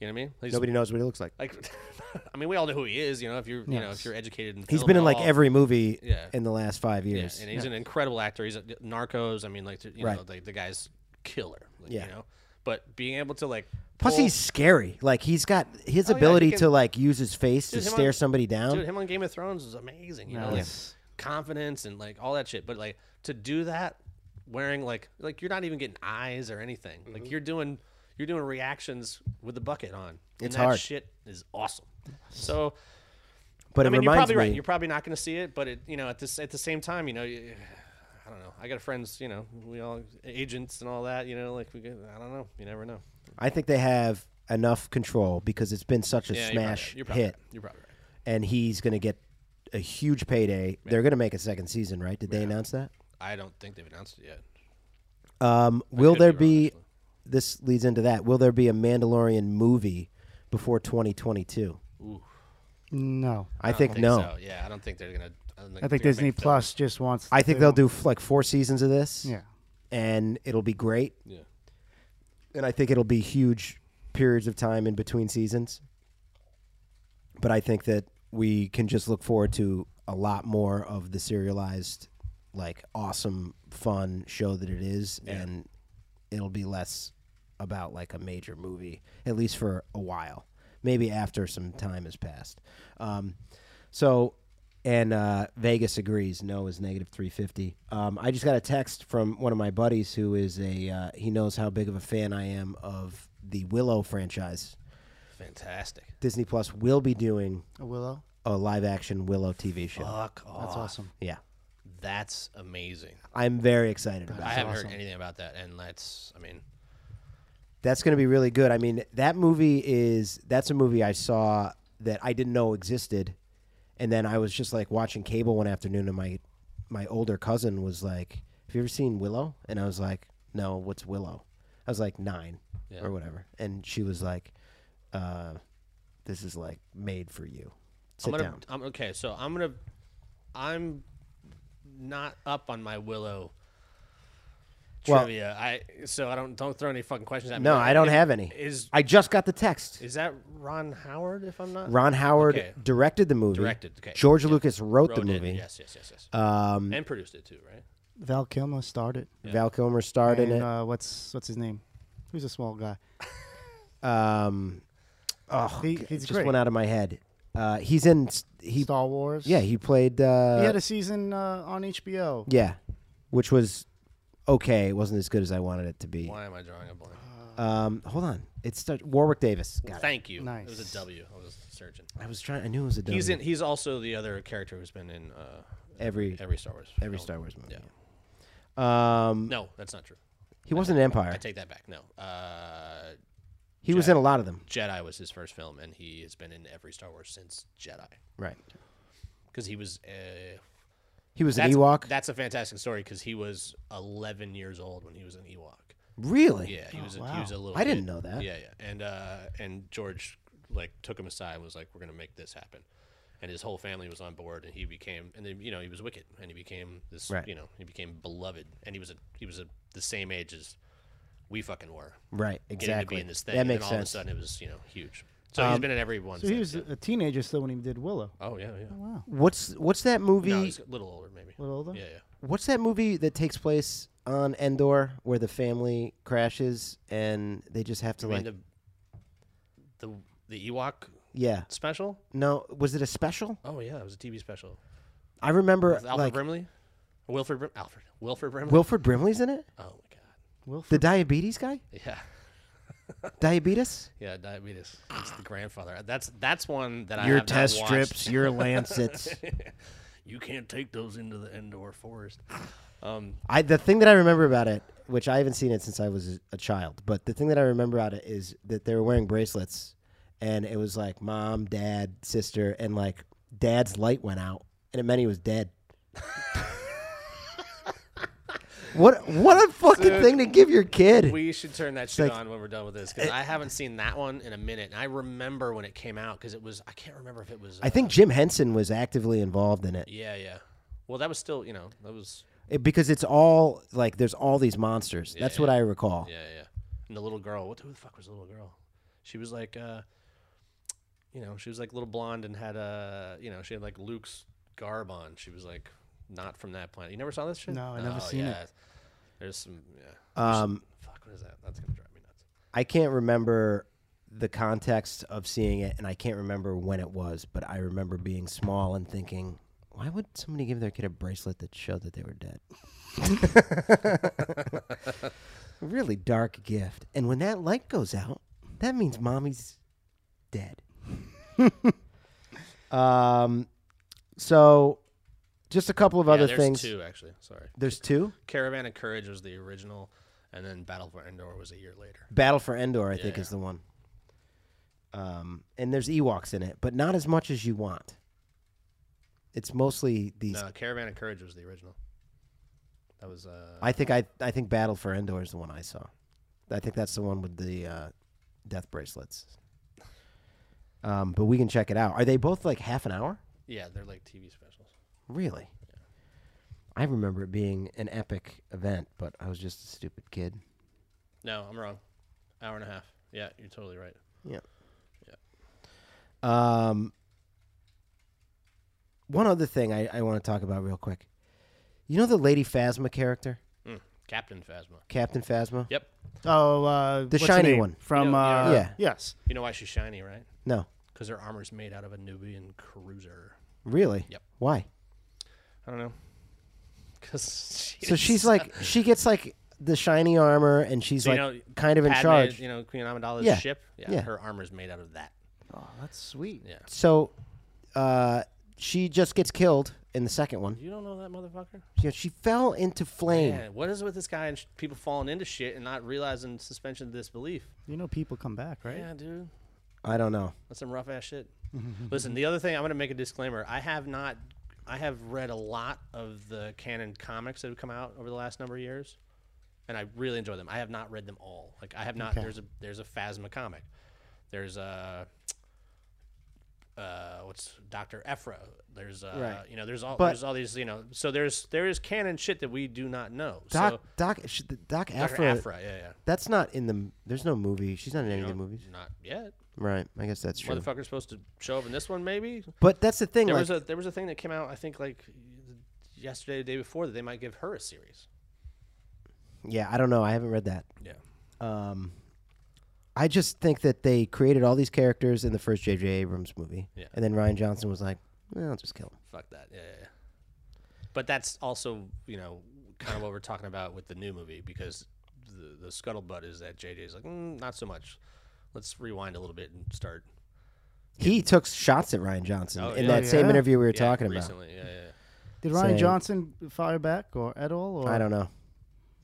You know what I mean? He's-
Nobody knows what he looks like.
like I mean, we all know who he is, you know, if you're you know, if
Yes.
you're educated in
He's
film
been
at
in like
all.
every movie
Yeah.
in the last 5
Yeah,
years.
and he's an incredible actor. He's a, Narcos, I mean like you know,
Right.
like the guy's killer, like,
Yeah.
you know. But being able to like
Plus
pull-
he's scary. Like he's got his
Oh, yeah, he
ability
can-
to like use his face
Dude,
to
him
stare
on-
somebody down.
Dude, him on Game of Thrones is amazing. You know, like,
Nice.
confidence and like all that shit. But like to do that wearing like like you're not even getting eyes or anything. Like you're doing you're doing reactions with the bucket on. And
It's
that
hard.
shit is awesome. So
but
I
it
mean, you're
reminds
probably
me
right. You're probably not going to see it, but it, you know, at this at the same time, you know, you- I don't know. I got friends, you know, we all agents and all that, you know, like we get, I don't know. You never know.
I think they have enough control because it's been such a
Yeah, you're probably
smash
right. you're probably
hit,
Right. You're probably right.
and he's going to get a huge payday. They're going to make a second season, right? Did they announce that?
I don't think they've announced it yet.
Um, will
could
there
be
be?
wrong,
this leads into that. Will there be a Mandalorian movie before 2022?
No,
I,
don't
think, no.
So. Yeah, I don't think they're gonna. I, don't think
I think
they're gonna
Disney
make
Plus just wants.
I think they'll do f- like four seasons of this.
Yeah.
and it'll be great.
films. Yeah.
and I think it'll be huge periods of time in between seasons. But I think that we can just look forward to a lot more of the serialized, like awesome, fun show that it is, and it'll be less about like a major movie, at least for a while. Maybe after some time has passed. Um, so, and uh, Vegas agrees. No is negative three fifty. Um, I just got a text from one of my buddies who is a uh, he knows how big of a fan I am of the Willow franchise.
Fantastic.
Disney Plus will be doing
A Willow. Ah.
a live action Willow TV show.
Fuck off.
That's awesome.
Yeah,
That's amazing.
I'm very excited about.
I
it.
haven't
awesome.
heard anything about that, and that's. I mean,
That's going to be really good. I mean, that movie is that's a movie I saw that I didn't know existed, and then I was just like watching cable one afternoon, and my my older cousin was like, "Have you ever seen Willow?" And I was like, "No, what's Willow?" I was like nine
Yeah.
or whatever, and she was like, uh, "This is like made for you. Sit
I'm gonna.
down."
I'm okay. So I'm gonna. I'm not up on my Willow
Well-
trivia. I so I don't don't throw any fucking questions at me.
No, I don't
Is-
have any.
Is
I just got the text.
is that Ron Howard? If I'm not
Ron Howard
Okay.
directed the movie.
Directed, okay.
George Lucas wrote, the
Wrote it.
movie.
Yes, yes, yes, yes. Um, and produced it too, right?
Val Kilmer started.
Val Kilmer starred in
And
it.
uh, what's what's his name? Who's a small guy?
Um, oh,
He-
g-
uh, he's
just
great.
went out of my head. Uh, he's in. s- He
Star Wars.
yeah, he played. Uh,
he had a season uh, on HBO.
yeah, which was okay. It wasn't as good as I wanted it to be.
Why am I drawing a blank?
Oh,
Um, hold on, it's st- Warwick Davis. Got it.
Thank you. It was
Nice.
a W. I was searching.
I was trying. I knew it was a. W.
He's in. He's also the other character who's been in uh,
every every,
every Star Wars. film.
Star Wars movie.
Yeah.
yeah. Um,
No, that's not true.
he wasn't in
I
Empire.
take that back. No. Uh,
He was in a lot of them.
Jedi was his first film, and he has been in every Star Wars since Jedi.
Right.
Because he was. Uh,
He was an
that's,
Ewok.
That's a fantastic story because he was 11 years old when he was an Ewok.
really?
Yeah, he was. A,
wow.
He was a little.
Oh, I didn't
kid.
know that.
Yeah, yeah. And uh, and George like took him aside and was like, "We're gonna make this happen," and his whole family was on board, and he became, and then you know he was wicked, and he became this,
Right.
you know, he became beloved, and he was a he was a, the same age as we fucking were.
Right.
Getting
Exactly.
to be in this thing,
that
and
makes
then all
sense. Um,
of a sudden it was you know huge. So he's been in every one.
So he was a teenager still when he did Willow.
oh yeah, yeah.
What's What's that movie?
No, he's a little older maybe.
A little older.
Yeah, yeah.
What's that movie that takes place on Endor where the family crashes and they just have to
I
like
mean the the the Ewok
yeah
special.
no was it a special?
Oh yeah, it was a TV special.
I remember
With Alfred
like
Brimley, Wilfred Brim- Alfred Wilfred Brimley.
Wilford Brimley's in it,
oh my god.
Wilfred.
the diabetes guy,
Yeah,
diabetes.
yeah. Diabetes. It's the grandfather. That's that's one that I
your
have not
test
watched.
strips, your lancets.
You can't take those into the Endor forest. Um,
I the thing that I remember about it, which I haven't seen it since I was a child, but the thing that I remember about it is that they were wearing bracelets, and it was like mom, dad, sister, and like dad's light went out, and it meant he was dead. what what a fucking thing to give your kid.
we should turn that shit
like-
on when we're done with this because I haven't seen that one in a minute. And I remember when it came out because it was I can't remember if it was.
I
uh,
think Jim Henson was actively involved in it
Yeah, yeah. Well, that was still you know that was
It- because it's all like there's all these monsters. That's what I recall.
Yeah, yeah. And the little girl, what who the fuck was the little girl? She was like, uh, you know, she was like little blonde and had a, you know, she had like Luke's garb on. She was like not from that planet. You never saw this shit? Oh,
No, I never seen it. Um,
There's some, yeah. There's some- fuck, what is that? That's gonna drive me nuts.
I can't remember the context of seeing it, and I can't remember when it was, but I remember being small and thinking, why would somebody give their kid a bracelet that showed that they were dead? really dark gift. And when that light goes out, that means mommy's dead. um, so Just a couple of
Yeah,
other
there's
things.
two actually. Sorry,
There's two.
Caravan of Courage was the original, and then Battle for Endor was a year later.
Battle for Endor, I think,
Yeah.
is the one. Um, and there's Ewoks in it, but not as much as you want. It's mostly these.
No, Caravan of Courage was the original. That was uh,
I think I I think Battle for Endor is the one I saw. I think that's the one with the uh, death bracelets. Um, but we can check it out. Are they both like half an hour?
yeah, they're like TV specials.
Really? I remember it being an epic event, but I was just a stupid kid.
No, I'm wrong. Hour and a half. Yeah, you're totally right.
Yeah. Yeah. Um, one other thing I, I want to talk about real quick. You know the Lady Phasma character,
Mm, Captain Phasma.
Captain Phasma?
Yep.
Oh, uh, what's her
shiny
name?
one.
from
Yeah,
uh,
yeah.
Yes,
You know why she's shiny, right?
No,
Because her armor's made out of a Nubian cruiser.
really?
Yep.
Why?
I don't know. Because
So she's like, she gets like the shiny armor, and she's
So, you
like
know,
kind of in
Padme,
charge.
You know, Queen Amidala's
Yeah.
ship. Yeah,
Yeah.
Her armor's made out of that.
oh, that's sweet.
Yeah.
So, uh, she just gets killed in the second one.
You don't know that motherfucker?
You know, she fell into flame.
Yeah. What is with this guy and sh- people falling into shit and not realizing suspension of disbelief?
You know, people come back, right?
Yeah, dude.
I don't know.
That's some rough ass shit. Listen, the other thing I'm going to make a disclaimer. I have not. I have read a lot of the canon comics that have come out over the last number of years, and I really enjoy them. I have not read them all. Like I have not.
Okay.
There's a there's a Phasma comic. There's a uh, what's Doctor Ephra. There's uh,
Right.
you know there's all
But-
there's all these you know so there's there is canon shit that we do not know.
Doc,
so,
Doc, sh- Doc
Dr.
Afra,
Afra, yeah, yeah.
That's not in the. There's no movie. She's not in any
You
of the
know,
movies.
Not yet.
Right. I guess that's true.
Motherfucker's supposed to show up in this one, maybe.
But that's the thing.
There
like,
was a there was a thing that came out I think like yesterday, the day before that they might give her a series.
yeah, I don't know. I haven't read that.
Yeah.
Um, I just think that they created all these characters in the first J.J. Abrams movie,
Yeah.
and then Ryan Johnson was like, "Well, I'll just kill him."
Fuck that. Yeah, yeah, yeah. But that's also you know kind of what we're talking about with the new movie because the the scuttlebutt is that JJ's like mm, not so much. Let's rewind a little bit and start.
He took shots at Ryan Johnson
Oh,
in
yeah.
that same
Yeah.
interview we were
yeah,
talking
recently. Yeah, yeah. yeah.
Did Ryan
Saying-
Johnson fire back or at all? Or
about. I don't know.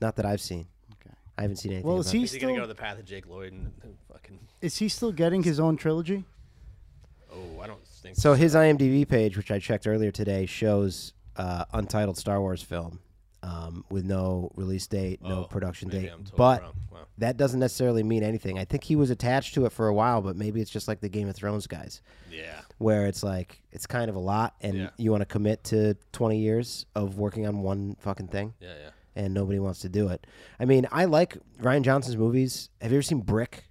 Not that I've seen.
Okay.
I haven't seen anything.
Well,
about
is he
Is he gonna
still
go to the path of Jake Lloyd and, and fucking?
is he still getting his own trilogy?
Oh, I don't think
it. So his IMDb page, which I checked earlier today, shows uh, untitled Star Wars film um, with no release date, no
Oh,
production
maybe
date,
I'm totally
but.
wrong. Wow.
that doesn't necessarily mean anything. I think he was attached to it for a while, but maybe it's just like the Game of Thrones guys,
yeah,
where it's like it's kind of a lot, and
Yeah.
you want to commit to 20 years of working on one fucking thing,
yeah, yeah.
and nobody wants to do it. I mean, I like Ryan Johnson's movies. Have you ever seen Brick?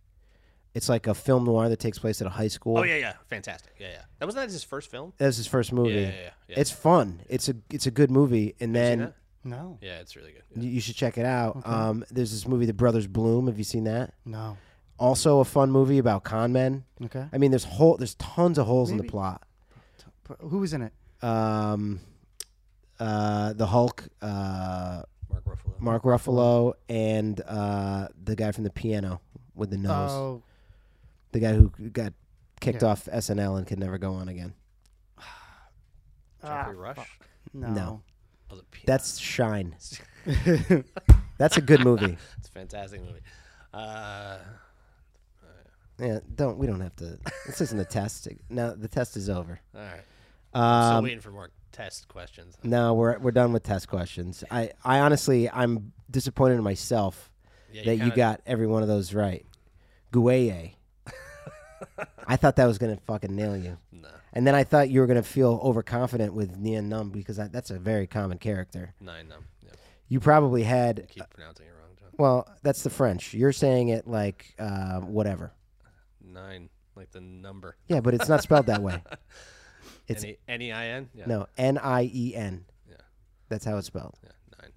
It's like a film noir that takes place at a high school.
Oh yeah, yeah. Fantastic. Yeah, yeah. That wasn't that his first film.
that was his first movie.
Yeah, yeah, yeah, yeah.
It's fun. It's a it's a good movie, and
Have you
then.
seen that?
No,
yeah, it's really good. Yeah.
You you should check it out. Um, there's this movie, The Brothers Bloom. Have you seen that?
no.
Also, a fun movie about con men.
Okay,
I mean, there's whole, there's tons of holes in the
Maybe-
plot.
But who was in it?
Um, uh, the Hulk, uh,
Mark Ruffalo.
Mark Ruffalo, and uh, the guy from the piano with the nose,
Oh,
the guy who got kicked
Yeah.
off SNL and could never go on again.
ah,
Ah,
Jeffrey Rush.
fuck.
No.
ah, No.
That was a pe-
That's Shine. That's a good movie.
It's a fantastic movie. Uh,
Yeah, don't we don't have to. This isn't a test. No, the test is over.
all right. Still
Um,
waiting for more test questions.
no, we're we're done with test questions. I I honestly I'm disappointed in myself
Yeah,
that you
kinda-
got every one of those right. Gueye. I thought that was gonna fucking nail you,
No,
and then I thought you were gonna feel overconfident with Nian Num because that, that's a very common character.
nine them. Yeah,
You probably had.
keep pronouncing it wrong, John.
Well, that's the French. You're saying it like uh, whatever.
Nine, like the number.
Yeah, but it's not spelled that way. It's-
N e n e i n. Yeah.
No, N I E N.
Yeah.
That's how it's spelled.
Yeah, nine.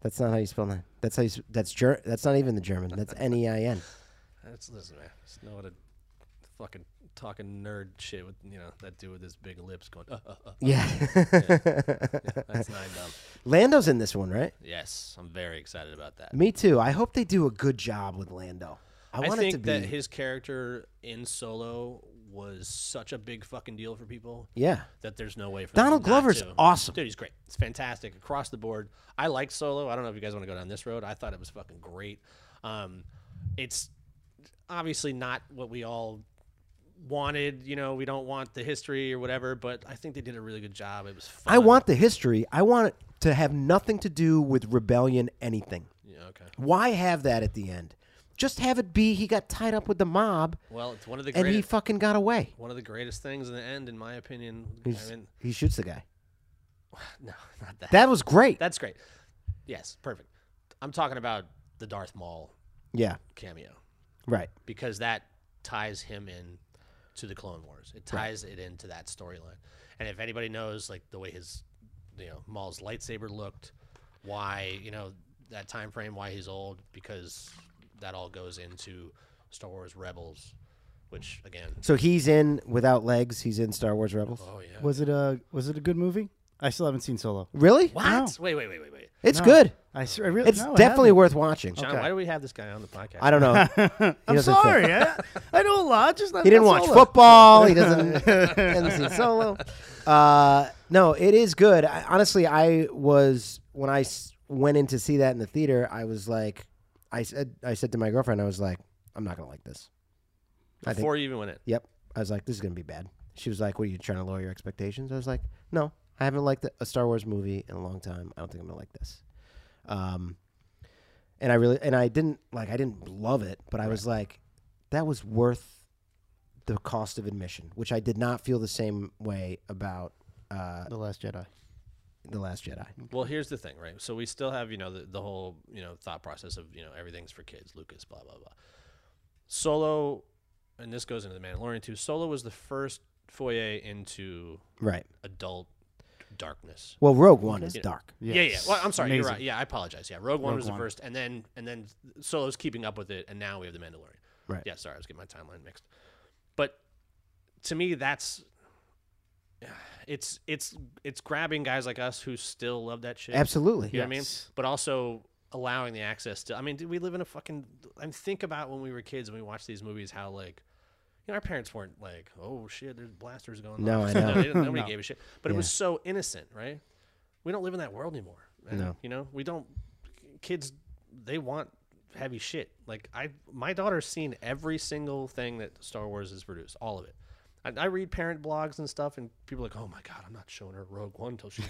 That's not how you spell that. That's how you. s- That's ger- That's not even the German. That's N E I N.
That's listen, man. Just know what a fucking talking nerd shit with you know that dude with his big lips going. Uh, uh, uh.
Yeah.
That's nine dumb.
Lando's in this one, right?
Yes, I'm very excited about that.
Me too. I hope they do a good job with Lando. I
I
want it
think
to be.
that his character in Solo was such a big fucking deal for people
Yeah.
that there's no way for
Donald
them not
Glover's
to.
awesome.
Dude, he's great. It's fantastic across the board. I liked Solo. I don't know if you guys want to go down this road. I thought it was fucking great. Um, it's obviously not what we all wanted. You know, we don't want the history or whatever, but I think they did a really good job. It was fun.
I want the history. I want it to have nothing to do with rebellion, anything.
Yeah, okay.
Why have that at the end? Just have it be he got tied up with the mob
Well, it's one of the
and he
greatest,
fucking got away.
one of the greatest things in the end, in my opinion.
He's-
I mean,
he shoots the guy.
no, not that.
That was great.
That's great. Yes, perfect. I'm talking about the Darth Maul
yeah.
cameo.
Right.
because that ties him in to the Clone Wars. It ties it into that storyline. And if anybody knows, like the way his, you know, Maul's lightsaber looked, why you know that time frame, why he's old, because that all goes into Star Wars Rebels, which again,
So he's in without legs. He's in Star Wars Rebels.
oh yeah,
Was it a was it a good movie? I still haven't seen Solo.
Really?
what? Wait, wait, wait, wait, wait.
It's
No.
good.
I, s- I really
It's
no, I
definitely
haven't.
worth watching.
John,
Okay.
why do we have this guy on the podcast?
I don't know. He
I'm
doesn't fit.
sorry. I, I know a lot. Just not
He didn't
not
watch
Solo.
football. He doesn't hasn't seen Solo. Uh, no, it is good. I, honestly, I was when I s- went in to see that in the theater. I was like, I said, I said to my girlfriend, I was like, I'm not gonna like this. I think-
Before you even went in,
Yep. I was like, this is gonna be bad. She was like, what are you trying to lower your expectations? I was like, no, I haven't liked a Star Wars movie in a long time. I don't think I'm gonna like this. Um, and I really and I didn't like I didn't love it, but I was like, that was worth the cost of admission, which I did not feel the same way about uh,
The Last Jedi.
the Last Jedi.
Well, here's the thing, right? So we still have, you know, the, the whole, you know, thought process of, you know, everything's for kids, Lucas, blah, blah, blah. Solo, and this goes into The Mandalorian too, Solo was the first foyer into
Right.
adult darkness.
Well, Rogue One is
Yeah.
dark.
Yeah, yeah. Well, I'm sorry, you're
Amazing.
right. Yeah, I apologize. Yeah, Rogue One
Rogue
was
One.
the first, and then and then Solo's keeping up with it, and now we have The Mandalorian.
Right.
Yeah, sorry, I was getting my timeline mixed. But to me, that's it's it's it's grabbing guys like us who still love that shit.
Absolutely.
You know what I mean?
Yes.
But also allowing the access to. I mean, did we live in a fucking? I mean, think about when we were kids and we watched these movies. How like, you know, our parents weren't like, "Oh shit, there's blasters going."
No,
off.
I know.
they didn't- nobody
No.
gave a shit. But it was so innocent, right? We don't live in that world anymore. man.
No.
You know, we don't. Kids, they want heavy shit. Like I, my daughter's seen every single thing that Star Wars has produced, all of it. I, I read parent blogs and stuff, and people are like, "Oh my god, I'm not showing her Rogue One until she's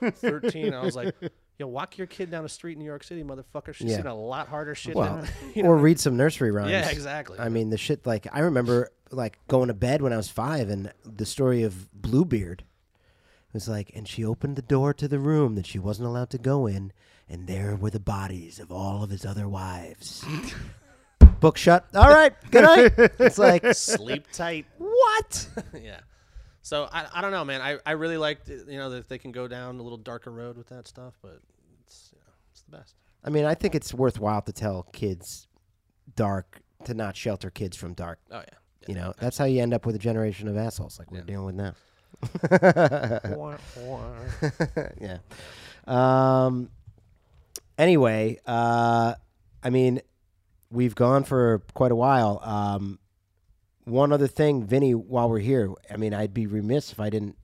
13." I was like, "Yo, walk your kid down the street in New York City, motherfucker. She's
Yeah.
seen a lot harder shit."
Well,
than, you know?
or read some nursery rhymes.
yeah, exactly.
I mean, the shit. Like I remember, like going to bed when I was five, and the story of Bluebeard was like, and she opened the door to the room that she wasn't allowed to go in, and there were the bodies of all of his other wives. Book shut. All right, good night. It's like
Sleep tight.
what?
yeah. So I, I don't know, man. I, I really liked it, you know that they can go down a little darker road with that stuff, but it's you know, it's the best.
I mean, I think it's worthwhile to tell kids dark to not shelter kids from dark.
Oh yeah.
You know, that's how you end up with a generation of assholes like we're dealing with now. Uh, yeah. Um. Anyway, uh, I mean, we've gone for quite a while. Um, one other thing, Vinny, while we're here, I mean, I'd be remiss if I didn't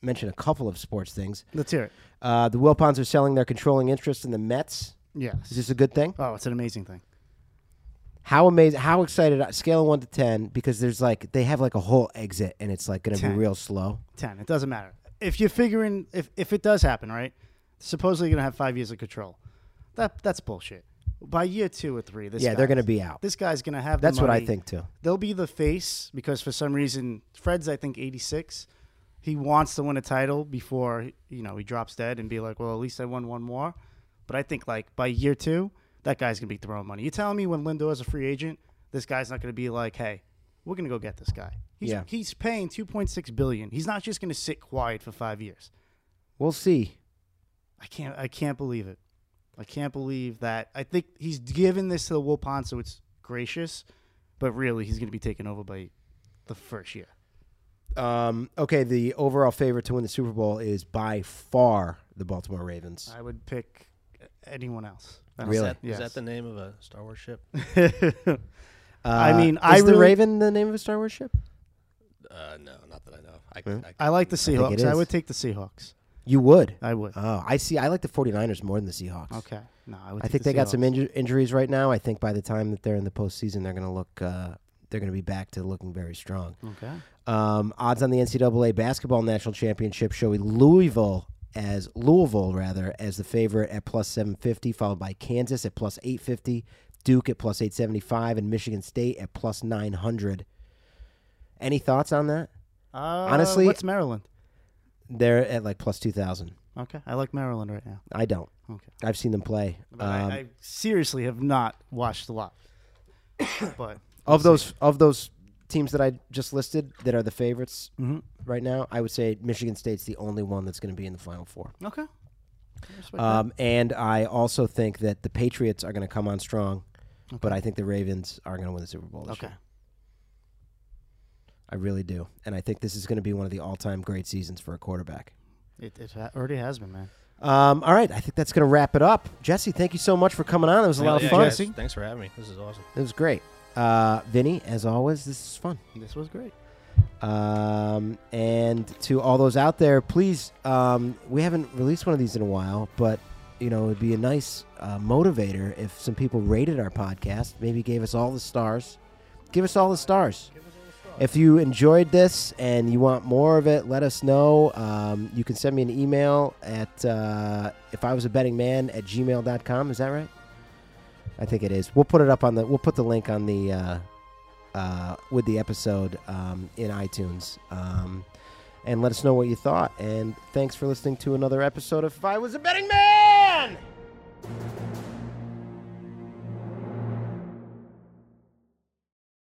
mention a couple of sports things.
Let's hear it.
Uh, the Wilpons are selling their controlling interest in the Mets.
Yes.
Is this a good thing?
oh, it's an amazing thing.
How amazing! How excited! uh, Scale of one to ten because there's like they have like a whole exit and it's like going to be
10.
real slow.
Ten. It doesn't matter. If you're figuring if if it does happen, right? Supposedly you're gonna have five years of control. That that's bullshit. By year two or three, this
yeah, they're
guy's-
going to be out.
This guy's gonna have. the
That's what I
money.
think too.
They'll be the face because for some reason Fred's I think 86. He wants to win a title before you know he drops dead and be like, well, at least I won one more. But I think like by year two, that guy's gonna be throwing money. You telling me when Lindor is a free agent, this guy's not gonna be like, hey, we're gonna go get this guy. He's,
Yeah.
he's paying 2.6 billion. He's not just gonna sit quiet for five years.
We'll see.
I can't. I can't believe it. I can't believe that. I think he's given this to the Wilpon, so it's gracious, but really he's going to be taken over by the first year.
Um, okay, the overall favorite to win the Super Bowl is by far the Baltimore Ravens.
I would pick anyone else.
Really?
Is that, is
Yes.
that the name of a Star Wars ship?
Uh,
I mean,
is
I
the
really-
Raven the name of a Star Wars ship?
Uh, no, not that I know. of. I, I,
I like the
think
Seahawks.
it
I,
is.
would take the Seahawks.
You would.
I would.
Oh, I see. I like the 49ers more than the Seahawks.
Okay. No, I would.
I think
the
they got some
Seahawks.
inju- injuries right now. I think by the time that they're in the postseason, they're going to look. Uh, they're going to be back to looking very strong.
Okay.
Um, odds on the NCAA basketball national championship show Louisville as Louisville rather as the favorite at plus 750, followed by Kansas at plus 850, Duke at plus 875, and Michigan State at plus 900. Any thoughts on that?
Uh,
Honestly-
what's Maryland?
They're at like plus 2,000.
Okay, I like Maryland right now.
I don't.
Okay,
I've seen them play.
but
Um,
I, I seriously have not watched a lot. but
Uh, of those of those teams that I just listed that are the favorites
Mhm.
right now, I would say Michigan State's the only one that's going to be in the final four.
okay, I respect that.
Um, and I also think that the Patriots are going to come on strong, but I think the Ravens are going to win the Super Bowl. This
okay.
year. I really do, and I think this is going to be one of the all-time great seasons for a quarterback.
It, it ha- already has been, man.
Um, all right, I think that's going to wrap it up. Jesse, thank you so much for coming on. It was a lot
Yeah,
of fun.
guys, thanks for having me. This is awesome.
It was great. Uh, Vinny, as always, this is fun.
This was great.
Um, and to all those out there, please, um, we haven't released one of these in a while, but you know, it'd be a nice uh, motivator if some people rated our podcast, maybe gave us all the stars. Give us all the stars. If you enjoyed this and you want more of it, let us know. Um, you can send me an email at uh, if I was a betting man at gmail.com. Is that right? I think it is. We'll put it up on the, we'll put the link on the, uh, uh, with the episode um, in iTunes. Um, and let us know what you thought. And thanks for listening to another episode of If I Was a Betting Man!